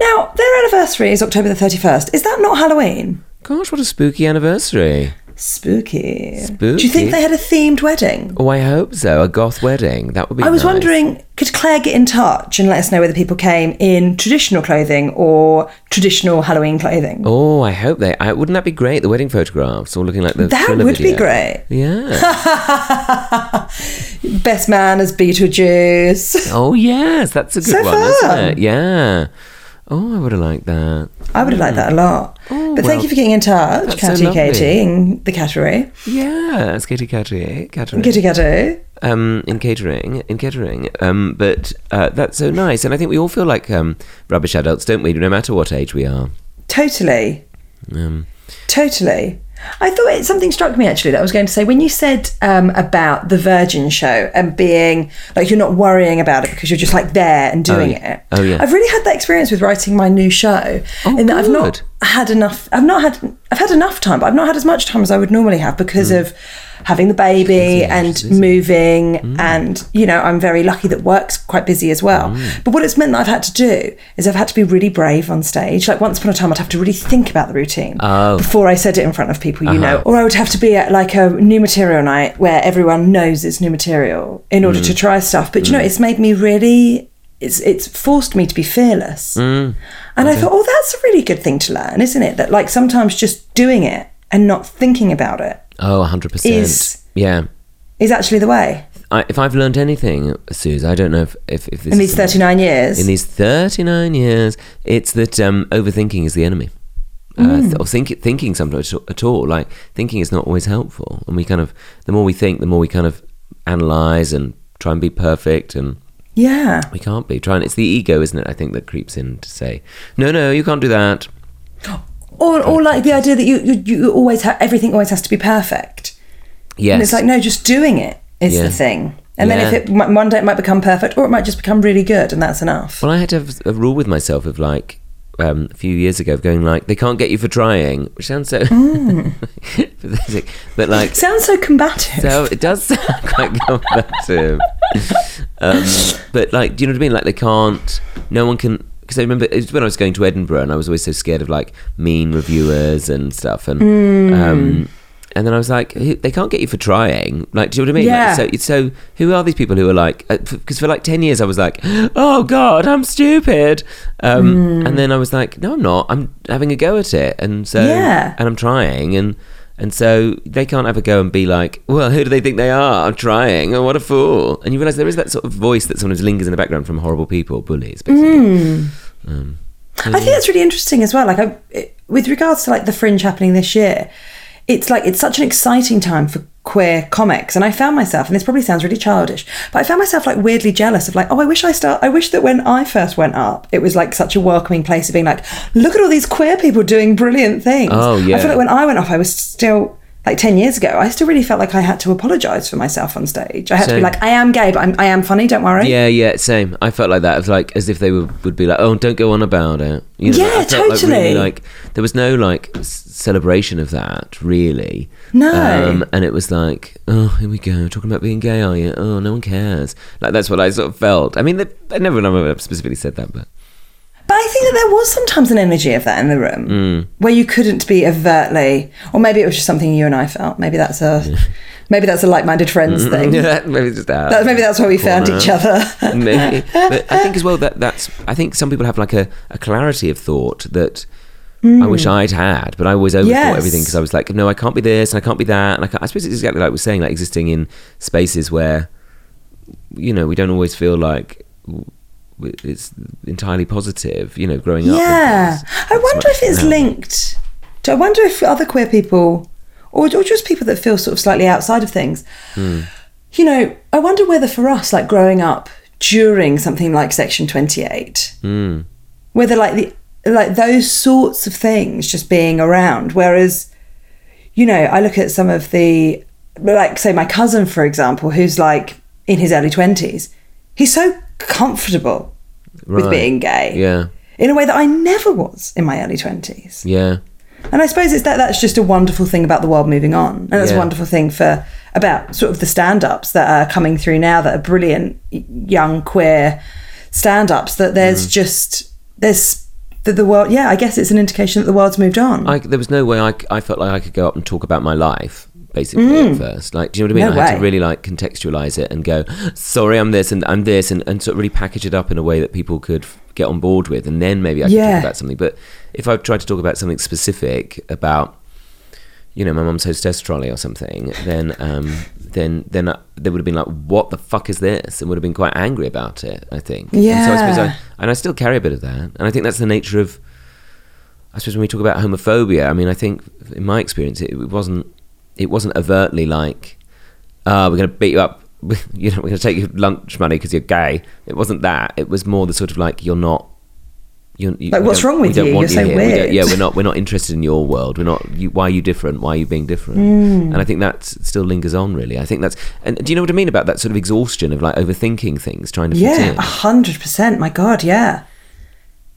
Speaker 1: Now, their anniversary is October the 31st. Is that not Halloween?
Speaker 2: Gosh, what a spooky anniversary.
Speaker 1: Spooky. Do
Speaker 2: Spooky.
Speaker 1: you think they had a themed wedding?
Speaker 2: Oh, I hope so. A goth wedding. That would be
Speaker 1: I was
Speaker 2: nice.
Speaker 1: wondering, could Claire get in touch and let us know whether people came in traditional clothing or traditional Halloween clothing?
Speaker 2: Oh, I hope they. I, wouldn't that be great? The wedding photographs, all looking like the.
Speaker 1: that
Speaker 2: thriller
Speaker 1: would be
Speaker 2: video.
Speaker 1: great.
Speaker 2: Yeah.
Speaker 1: Best man as Beetlejuice.
Speaker 2: oh, yes. That's a good
Speaker 1: So
Speaker 2: one, isn't
Speaker 1: fun.
Speaker 2: it? Yeah. Oh, I would have liked that.
Speaker 1: I would have liked that a lot. but thank
Speaker 2: Mm. well,
Speaker 1: you for getting in touch,
Speaker 2: that's so
Speaker 1: Catty
Speaker 2: lovely.
Speaker 1: Katie and the Cattery.
Speaker 2: Yeah, it's Katie Cattery. Cattery.
Speaker 1: Kitty Catty.
Speaker 2: um, in catering, in catering. Um, but uh, that's so nice, and I think we all feel like um, rubbish adults, don't we? No matter what age we are.
Speaker 1: Totally.
Speaker 2: Um,
Speaker 1: Totally. I thought it, something struck me actually that I was going to say when you said um, about the Virgin show and being like you're not worrying about it because you're just like there and doing
Speaker 2: yeah.
Speaker 1: it.
Speaker 2: Oh, yeah.
Speaker 1: I've really had that experience with writing my new show,
Speaker 2: Oh,
Speaker 1: in that I've
Speaker 2: good. Hmm.
Speaker 1: not had enough. I've not had. I've had enough time, but I've not had as much time as I would normally have because of having the baby and moving.
Speaker 2: Hmm.
Speaker 1: And, you know, I'm very lucky that work's quite busy as well.
Speaker 2: Hmm.
Speaker 1: But what it's meant that I've had to do is I've had to be really brave on stage. Like once upon a time, I'd have to really think about the routine
Speaker 2: Oh.
Speaker 1: before I said it in front of people, you
Speaker 2: Uh-huh.
Speaker 1: know. Or I would have to be at like a new material night where everyone knows it's new material in
Speaker 2: Hmm.
Speaker 1: order to try stuff. But, you know, it's made me really it's it's forced me to be fearless. And I thought, oh, that's a really good thing to learn, isn't it? That like sometimes just doing it and not thinking about it
Speaker 2: Oh, 100%.
Speaker 1: Is-
Speaker 2: yeah.
Speaker 1: is actually the way.
Speaker 2: I, if I've learned anything, Suze, I don't know if, if, if this
Speaker 1: In
Speaker 2: is
Speaker 1: these thirty nine years,
Speaker 2: in these 39 years, it's that um, overthinking is the enemy.
Speaker 1: Mm.
Speaker 2: Uh, th- or think, thinking sometimes at all. Like, thinking is not always helpful. And we kind of, the more we think, the more we kind of analyze and try and be perfect. And
Speaker 1: yeah.
Speaker 2: we can't be. Trying, it's the ego, isn't it? I think that creeps in to say, no, no, you can't do that.
Speaker 1: Or or like the idea that you you, you always have everything always has to be perfect.
Speaker 2: Yes.
Speaker 1: And it's like no, just doing it is
Speaker 2: Yeah.
Speaker 1: the thing. And then
Speaker 2: Yeah.
Speaker 1: if it m- one day it might become perfect, or it might just become really good, and that's enough.
Speaker 2: Well, I had to have a rule with myself of like um, a few years ago, of going like they can't get you for trying, which sounds so
Speaker 1: Mm.
Speaker 2: pathetic, but like
Speaker 1: Sounds so combative.
Speaker 2: so it does sound quite combative. um, but like, do you know what I mean? Like they can't, no one can. Because I remember it was when I was going to Edinburgh, and I was always so scared of like mean reviewers and stuff, and um, and then I was like, "Who- they can't get you for trying. Like, do you know what I mean? Like,
Speaker 1: Yeah.
Speaker 2: so it's so who are these people who are like? Because for like ten years, I was like, oh god, I'm stupid. Um, And then I was like, no, I'm not. I'm having a go at it, and so
Speaker 1: Yeah.
Speaker 2: and I'm trying and and so they can't ever go and be like, well, who do they think they are? I'm trying. Oh, what a fool! And you realise there is that sort of voice that sometimes lingers in the background from horrible people, bullies. Basically.
Speaker 1: Mm. I think that's really interesting as well. Like, I, it- with regards to like the fringe happening this year, it's like it's such an exciting time for queer comics, and I found myself, and this probably sounds really childish, but I found myself like weirdly jealous of like, oh, I wish I start, I wish that when I first went up, it was like such a welcoming place of being like, look at all these queer people doing brilliant things.
Speaker 2: Oh, yeah.
Speaker 1: I feel like when I went off, I was still. Like 10 years ago, I still really felt like I had to apologize for myself on stage. I had to be
Speaker 2: Same.
Speaker 1: like, I am gay, but I'm, I am funny, don't worry.
Speaker 2: Yeah, yeah, same. I felt like that. It was like as if they were, would be like, oh, don't go on about it. You
Speaker 1: Yeah,
Speaker 2: I felt Like, really,
Speaker 1: totally.
Speaker 2: like there was no like s- celebration of that really. Um,
Speaker 1: No.
Speaker 2: and it was like, oh, here we go, talking about being gay, are you? Oh, no one cares. Like that's what I sort of felt. I mean, the, I never remember specifically said that, but
Speaker 1: But I think that there was sometimes an energy of that in the room where you couldn't be overtly, or maybe it was just something you and I felt. Maybe that's a, maybe that's a like-minded friends thing.
Speaker 2: yeah, Mm. maybe it's just that.
Speaker 1: That, maybe that's where we found
Speaker 2: Corner.
Speaker 1: each other.
Speaker 2: Maybe. But I think as well that that's I think some people have like a, a clarity of thought that I wish I'd had, but I always overthought
Speaker 1: Mm. Yes.
Speaker 2: everything because I was like, no, I can't be this and I can't be that, and I, can't, I suppose it's exactly like we're saying, like existing in spaces where you know we don't always feel like w- it's entirely positive. You know, growing up. and
Speaker 1: yeah,
Speaker 2: things.
Speaker 1: I
Speaker 2: That's
Speaker 1: wonder
Speaker 2: much
Speaker 1: if it's
Speaker 2: now.
Speaker 1: linked. To, I wonder if other queer people, or, or just people that feel sort of slightly outside of things,
Speaker 2: Hmm.
Speaker 1: you know, I wonder whether for us, like growing up during something like Section Twenty Eight,
Speaker 2: Hmm.
Speaker 1: whether like the like those sorts of things just being around, whereas you know, I look at some of the, like, say, my cousin, for example, who's like in his early 20s, he's so comfortable
Speaker 2: Right.
Speaker 1: with being gay.
Speaker 2: Yeah.
Speaker 1: In a way that I never was in my early 20s.
Speaker 2: Yeah.
Speaker 1: And I suppose it's that that's just a wonderful thing about the world moving on. And that's
Speaker 2: Yeah.
Speaker 1: a wonderful thing for about sort of the stand ups that are coming through now that are brilliant y- young queer stand ups that there's
Speaker 2: Mm.
Speaker 1: just, there's that the world, yeah, I guess it's an indication that the world's moved on.
Speaker 2: I, there was no way I, c- I felt like I could go up and talk about my life basically at first. Like, do you know what I mean?
Speaker 1: Mm. No
Speaker 2: I had to
Speaker 1: way.
Speaker 2: really like contextualize it and go, sorry, I'm this and I'm this, and, and sort of really package it up in a way that people could f- get on board with, and then maybe I could
Speaker 1: Yeah.
Speaker 2: talk about something. But if I tried to talk about something specific about you know, my mum's hostess trolley or something, then um, then then I, they would have been like, "What the fuck is this?" and would have been quite angry about it. I think. And so I suppose
Speaker 1: Yeah.
Speaker 2: I and I still carry a bit of that, and I think that's the nature of. I suppose when we talk about homophobia, I mean, I think in my experience, it, it wasn't it wasn't overtly like, "Ah, we're going to beat you up." You know, we're going to take your lunch money because you're gay. It wasn't that. It was more the sort of like you're not. You're, you,
Speaker 1: Like,
Speaker 2: we
Speaker 1: what's
Speaker 2: don't-
Speaker 1: wrong
Speaker 2: we
Speaker 1: with
Speaker 2: don't
Speaker 1: you?
Speaker 2: want
Speaker 1: You're so
Speaker 2: here. We don't-
Speaker 1: weird.
Speaker 2: Yeah, we're not we're not interested in your world. We're not. You, why are you different? Why are you being different? And I think that still lingers on. Really, I think that's. And do you know what I mean about that sort of exhaustion of like overthinking things, trying to fit
Speaker 1: Yeah,
Speaker 2: in?
Speaker 1: a hundred percent. My God, yeah.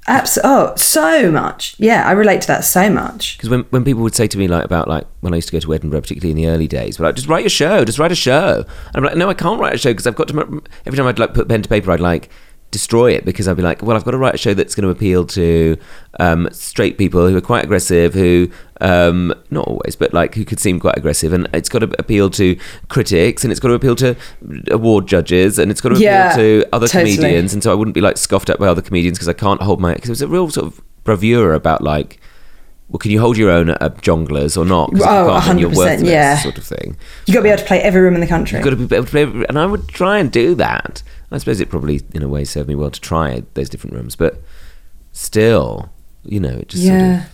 Speaker 1: Abs- oh, so much. Yeah, I relate to that so much.
Speaker 2: Because when, when people would say to me like about like when I used to go to Edinburgh, particularly in the early days, but like just write a show, just write a show. And I'm like, no, I can't write a show because I've got to. m- Every time I'd like put pen to paper, I'd like destroy it because I'd be like, well, I've got to write a show that's going to appeal to um, straight people who are quite aggressive, who um, not always, but like who could seem quite aggressive, and it's got to appeal to critics, and it's got to appeal to award judges, and it's got to
Speaker 1: Yeah,
Speaker 2: appeal to other
Speaker 1: totally.
Speaker 2: comedians and so I wouldn't be like scoffed at by other comedians because I can't hold my because it was a real sort of bravura about like well can you hold your own at uh, jonglers or not 'Cause if you
Speaker 1: Oh,
Speaker 2: can't, then you're
Speaker 1: 100%,
Speaker 2: worthless,
Speaker 1: yeah.
Speaker 2: sort of thing
Speaker 1: you got to be able to play every room in the country.
Speaker 2: you've got to be able to play and I would try and do that I suppose it probably in a way served me well to try those different rooms but still you know it just
Speaker 1: yeah.
Speaker 2: sort of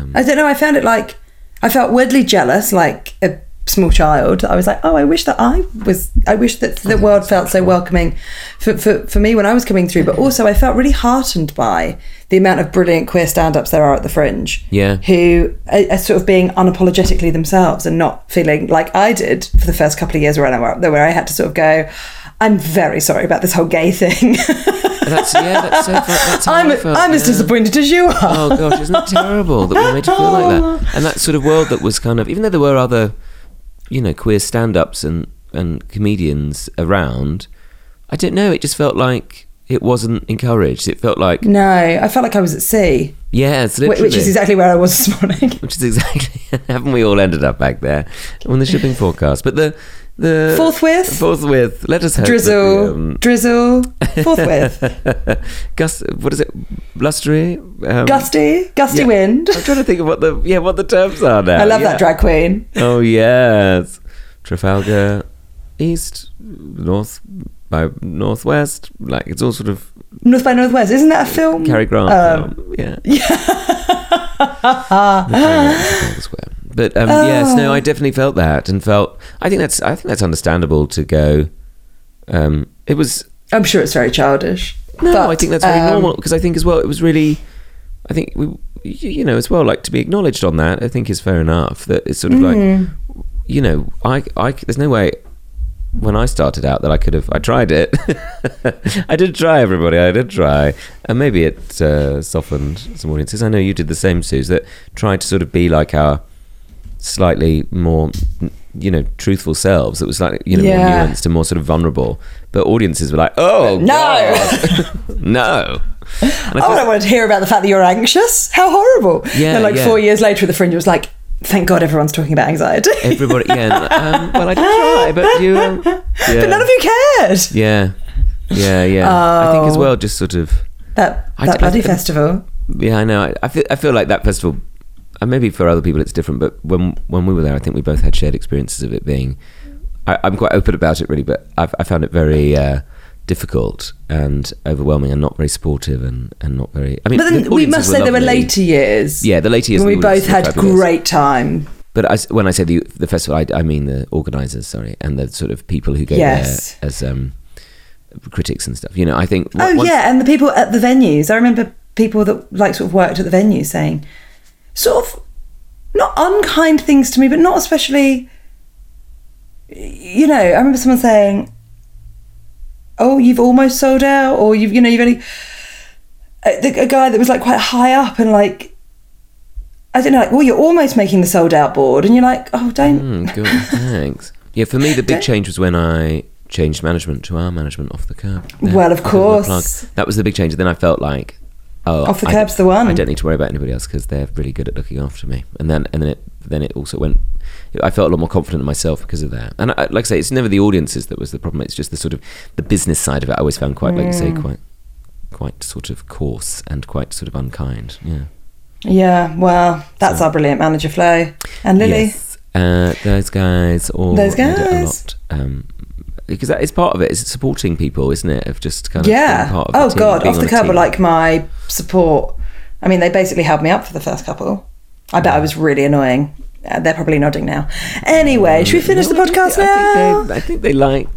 Speaker 2: um,
Speaker 1: I don't know. I found it like I felt weirdly jealous, like a small child. I was like, oh, I wish that I was. I wish that
Speaker 2: Oh,
Speaker 1: the world felt so welcoming for, for for me when I was coming through. But also, I felt really heartened by the amount of brilliant queer stand-ups there are at the fringe.
Speaker 2: Yeah.
Speaker 1: who are, are sort of being unapologetically themselves and not feeling like I did for the first couple of years when I were up there, where I had to sort of go. I'm very sorry about this whole gay thing.
Speaker 2: that's yeah that's so that's how
Speaker 1: I'm
Speaker 2: I felt,
Speaker 1: I'm as
Speaker 2: yeah.
Speaker 1: disappointed as you are.
Speaker 2: Oh gosh, isn't it terrible that we were made to feel like that? And that sort of world that was kind of, even though there were other, you know, queer stand-ups and and comedians around, I don't know. It just felt like it wasn't encouraged. It felt like
Speaker 1: No, I felt like I was at sea.
Speaker 2: yeah, it's
Speaker 1: Wh-
Speaker 2: literally
Speaker 1: which is exactly where I was this morning.
Speaker 2: which is exactly haven't we all ended up back there on the shipping forecast? But the the
Speaker 1: Forthwith?
Speaker 2: forthwith. Let us hope that
Speaker 1: drizzle,
Speaker 2: the, um,
Speaker 1: drizzle, forthwith,
Speaker 2: Gus, what is it? Blustery, um,
Speaker 1: gusty, gusty
Speaker 2: yeah.
Speaker 1: wind.
Speaker 2: I'm trying to think of what the yeah what the terms are now.
Speaker 1: I love
Speaker 2: Yeah.
Speaker 1: that drag queen.
Speaker 2: oh yes, Trafalgar, east, north by northwest. Like it's all sort of
Speaker 1: North by Northwest, isn't that a film?
Speaker 2: Cary Grant.
Speaker 1: Um,
Speaker 2: film. Yeah, yeah. Square. But um,
Speaker 1: Oh.
Speaker 2: yes, no, I definitely felt that, and felt. I think that's. I think that's understandable to go. Um, it was
Speaker 1: I'm sure it's very childish.
Speaker 2: No,
Speaker 1: but,
Speaker 2: I think that's very
Speaker 1: um,
Speaker 2: normal because I think as well it was really, I think we, you you know, as well like to be acknowledged on that. I think is fair enough that it's sort of
Speaker 1: Mm-hmm.
Speaker 2: like, you know, I, I, there's no way when I started out that I could have. I tried it. I did try, everybody. I did try, and maybe it uh, softened some audiences. I know you did the same, Suze. That tried to sort of be like our slightly more, you know, truthful selves. That was like you know
Speaker 1: Yeah.
Speaker 2: more nuanced and more sort of vulnerable. But audiences were like, oh
Speaker 1: No.
Speaker 2: God. no. And I
Speaker 1: Oh, I
Speaker 2: thought-
Speaker 1: don't want to hear about the fact that you're anxious. How horrible!
Speaker 2: Yeah,
Speaker 1: Then, like
Speaker 2: yeah.
Speaker 1: four years later, at the fringe, it was like, thank God everyone's talking about anxiety,
Speaker 2: everybody, yeah. Um, well, I did try, but you, um, yeah.
Speaker 1: but none of you Oh. cared.
Speaker 2: yeah, yeah, yeah. I think as well, just sort of,
Speaker 1: That
Speaker 2: I
Speaker 1: that
Speaker 2: d- I
Speaker 1: bloody
Speaker 2: d-
Speaker 1: festival.
Speaker 2: yeah. I know. I, I feel, I feel like that festival. uh, Maybe for other people it's different, but when when we were there, I think we both had shared experiences of it being. I, I'm quite open about it, really, but I've, I found it very uh, difficult and overwhelming, and not very supportive, and, and not very. I mean,
Speaker 1: But then
Speaker 2: the
Speaker 1: we
Speaker 2: audiences
Speaker 1: must say there were
Speaker 2: lovely.
Speaker 1: later years.
Speaker 2: Yeah, the later years
Speaker 1: when we
Speaker 2: we were
Speaker 1: both had
Speaker 2: fabulous.
Speaker 1: great time.
Speaker 2: But I s when I say the the festival, I, I mean the organisers, sorry, and the sort of people who go
Speaker 1: Yes.
Speaker 2: there as um, critics and stuff. You know, I think.
Speaker 1: Oh
Speaker 2: once-
Speaker 1: yeah, and the people at the venues. I remember people that like sort of worked at the venue saying, sort of, not unkind things to me, but not especially. You know, I remember someone saying, "Oh, you've almost sold out," or you've you know you've only. A, the- a guy that was like quite high up and like. I don't know, like, well, you're almost making the sold out board, and you're like, oh, don't.
Speaker 2: Mm, good, thanks. Yeah, for me, the big change was when I changed management to our management off the curb. There,
Speaker 1: Well, of
Speaker 2: I'll give them a
Speaker 1: course.
Speaker 2: plug. that was the big change. And then I felt like, oh,
Speaker 1: Off the
Speaker 2: I-
Speaker 1: curb's the one.
Speaker 2: I don't need to worry about anybody else because they're really good at looking after me. And then, and then it, then it also went. I felt a lot more confident in myself because of that. And I, like I say, it's never the audiences that was the problem. It's just the sort of the business side of it. I always found quite, like you
Speaker 1: Mm.
Speaker 2: say, quite, quite sort of coarse and quite sort of unkind. Yeah.
Speaker 1: Yeah, well, that's our brilliant manager, Flo and Lily.
Speaker 2: Yes. Uh, those guys all
Speaker 1: Those
Speaker 2: made it a
Speaker 1: guys.
Speaker 2: lot. Um, because that is part of it. It's supporting people, isn't it? Of just kind of being
Speaker 1: yeah.
Speaker 2: part of a
Speaker 1: Oh
Speaker 2: team,
Speaker 1: god,
Speaker 2: being
Speaker 1: off
Speaker 2: on
Speaker 1: the
Speaker 2: a
Speaker 1: curb
Speaker 2: team.
Speaker 1: were like my support. I mean, they basically held me up for the first couple. I bet I was really annoying. Uh, they're probably nodding now. Anyway, should we finish the
Speaker 2: No, I think
Speaker 1: podcast
Speaker 2: they-
Speaker 1: now?
Speaker 2: I think they, I think they like.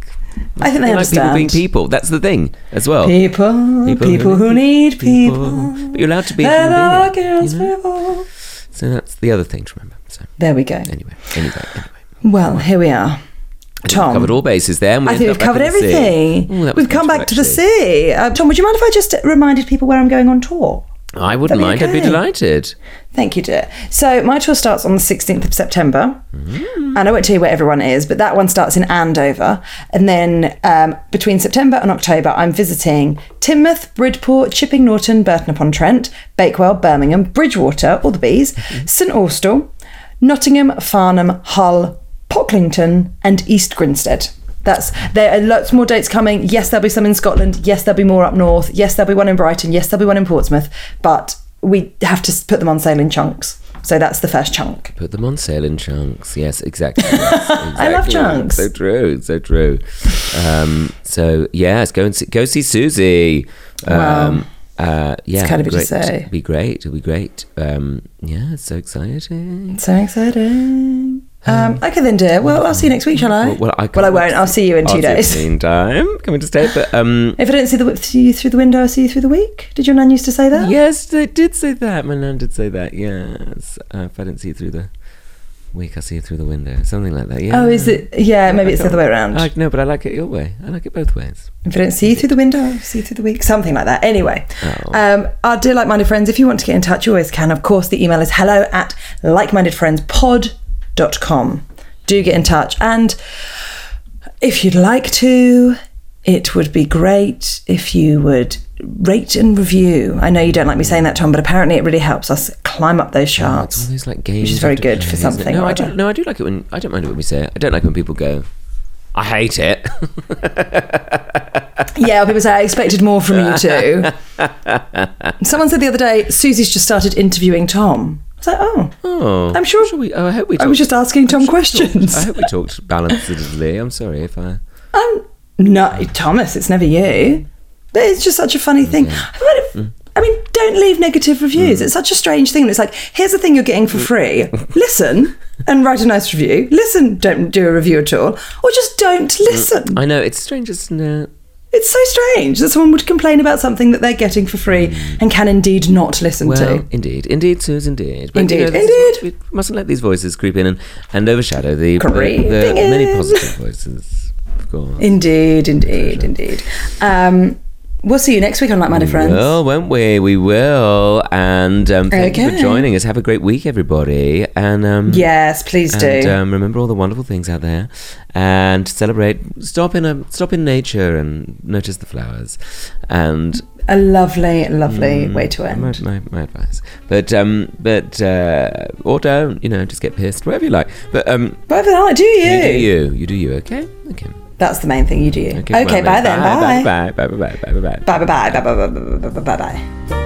Speaker 1: I think they
Speaker 2: like people
Speaker 1: understand.
Speaker 2: being people. That's the thing as well.
Speaker 1: people, people, who need people.
Speaker 2: But you're allowed to be a
Speaker 1: They're
Speaker 2: human
Speaker 1: like
Speaker 2: being,
Speaker 1: us
Speaker 2: you know?
Speaker 1: people.
Speaker 2: So that's the other thing to remember. So
Speaker 1: There we go.
Speaker 2: anyway, anyway, anyway.
Speaker 1: Well, here we are.
Speaker 2: I think we've
Speaker 1: Tom.
Speaker 2: covered all bases there. and we
Speaker 1: I think
Speaker 2: ended
Speaker 1: we've
Speaker 2: up back
Speaker 1: covered
Speaker 2: in the sea.
Speaker 1: everything.
Speaker 2: Ooh, that was
Speaker 1: we've come
Speaker 2: useful,
Speaker 1: back to the
Speaker 2: actually.
Speaker 1: sea. Uh, Tom, would you mind if I just reminded people where I'm going on tour?
Speaker 2: I wouldn't
Speaker 1: That'd
Speaker 2: mind.
Speaker 1: be
Speaker 2: I'd be
Speaker 1: okay.
Speaker 2: delighted.
Speaker 1: Thank you, dear. So my tour starts on the 16th of September, and I won't tell you where everyone is, but that one starts in Andover, and then um, between September and October, I'm visiting Timoth, Bridport, Chipping Norton, Burton upon Trent, Bakewell, Birmingham, Bridgewater, all the bees, St Austell, Nottingham, Farnham, Hull, Pocklington, and East Grinstead. That's there are lots more dates coming. Yes, there'll be some in Scotland. Yes, there'll be more up north. Yes, there'll be one in Brighton. Yes, there'll be one in Portsmouth. But we have to s- put them on sale in chunks. So that's the first chunk.
Speaker 2: Put them on sale in chunks. Yes, exactly. Yes,
Speaker 1: love
Speaker 2: exactly.
Speaker 1: chunks.
Speaker 2: So true. So true. Um, so yes, go and see, go see Susie. Um, uh, yeah,
Speaker 1: kind of you to
Speaker 2: great.
Speaker 1: say.
Speaker 2: It'll be great. It'll be great. Um, yeah, it's so exciting.
Speaker 1: So exciting. Um, okay then, dear. Well, I'll see you next week, shall I?
Speaker 2: Well, well, I can't
Speaker 1: won't. I'll see you in two
Speaker 2: I'll see
Speaker 1: days.
Speaker 2: you in time, can we just say? But um,
Speaker 1: If I don't see, the, see you through the window, I'll see you through the week. Did your nan used to say that?
Speaker 2: yes, they did say that. My nan did say that. Yes, uh, if I didn't see you through the week, I'll see you through the window. Something like that. Yeah.
Speaker 1: Oh, is it? Yeah, maybe it's the other way around.
Speaker 2: I, no, but I like it your way. I like it both ways.
Speaker 1: If I don't see you through the window, I'll see you through the week. Something like that. Anyway, um, our dear like-minded friends, if you want to get in touch, you always can. Of course, the email is hello at likemindedfriendspod.com. Do get in touch. And if you'd like to, it would be great if you would rate and review. I know you don't like me saying that, Tom, but apparently it really helps us climb up those
Speaker 2: It's all
Speaker 1: charts.
Speaker 2: these like games,
Speaker 1: is very
Speaker 2: after
Speaker 1: good
Speaker 2: play,
Speaker 1: for
Speaker 2: isn't it?
Speaker 1: something
Speaker 2: No,
Speaker 1: or
Speaker 2: I do.
Speaker 1: other.
Speaker 2: No, I do like it when I don't mind it when we say it. I don't like when people go. I hate it.
Speaker 1: yeah, people say, I expected more from you too. Someone said the other day, Susie's just started interviewing Tom. I was like, oh.
Speaker 2: oh,
Speaker 1: I'm sure-
Speaker 2: we. Oh, I hope we.
Speaker 1: I was
Speaker 2: talked-
Speaker 1: just asking Tom
Speaker 2: I'm sure we talked-
Speaker 1: questions.
Speaker 2: I hope we talked balancedly. I'm sorry if I.
Speaker 1: Um, no, Thomas, it's never you. But it's just such a funny thing.
Speaker 2: Mm-hmm.
Speaker 1: I, find it- I mean, don't leave negative reviews.
Speaker 2: Mm.
Speaker 1: It's such a strange thing. It's like, here's the thing you're getting for free. Listen and write a nice review. Listen, don't do a review at all. Or just
Speaker 2: Mm.
Speaker 1: don't listen.
Speaker 2: I know it's strange, isn't it?
Speaker 1: It's so strange that someone would complain about something that they're getting for free and can indeed not listen
Speaker 2: Mm. Well,
Speaker 1: to.
Speaker 2: indeed, indeed, Suze, indeed. But,
Speaker 1: Indeed,
Speaker 2: this is
Speaker 1: indeed.
Speaker 2: what- we mustn't let these voices creep in and, and overshadow the, the,
Speaker 1: Creeping
Speaker 2: the many
Speaker 1: in.
Speaker 2: positive voices. Of course.
Speaker 1: Indeed, indeed, indeed. Um, we'll see you next week on Like Minded Friends.
Speaker 2: Well, won't we? We will. And um, thank you for
Speaker 1: Okay.
Speaker 2: joining us. Have a great week, everybody. And um,
Speaker 1: Yes, please do.
Speaker 2: and um, remember all the wonderful things out there, and celebrate. Stop in a stop in nature and notice the flowers, and
Speaker 1: a lovely, lovely
Speaker 2: Mm.
Speaker 1: way to end.
Speaker 2: my, my, my advice. But um, but uh, or don't you know just get pissed wherever you like. But um,
Speaker 1: Whatever the hell, I do you.
Speaker 2: you do you, you do you. Okay, okay,
Speaker 1: That's the main thing, you do you. Okay,
Speaker 2: well,
Speaker 1: bye then. Bye.
Speaker 2: bye, bye, bye, bye, bye, bye, bye.
Speaker 1: Bye bye bye bye bye bye bye bye bye. bye.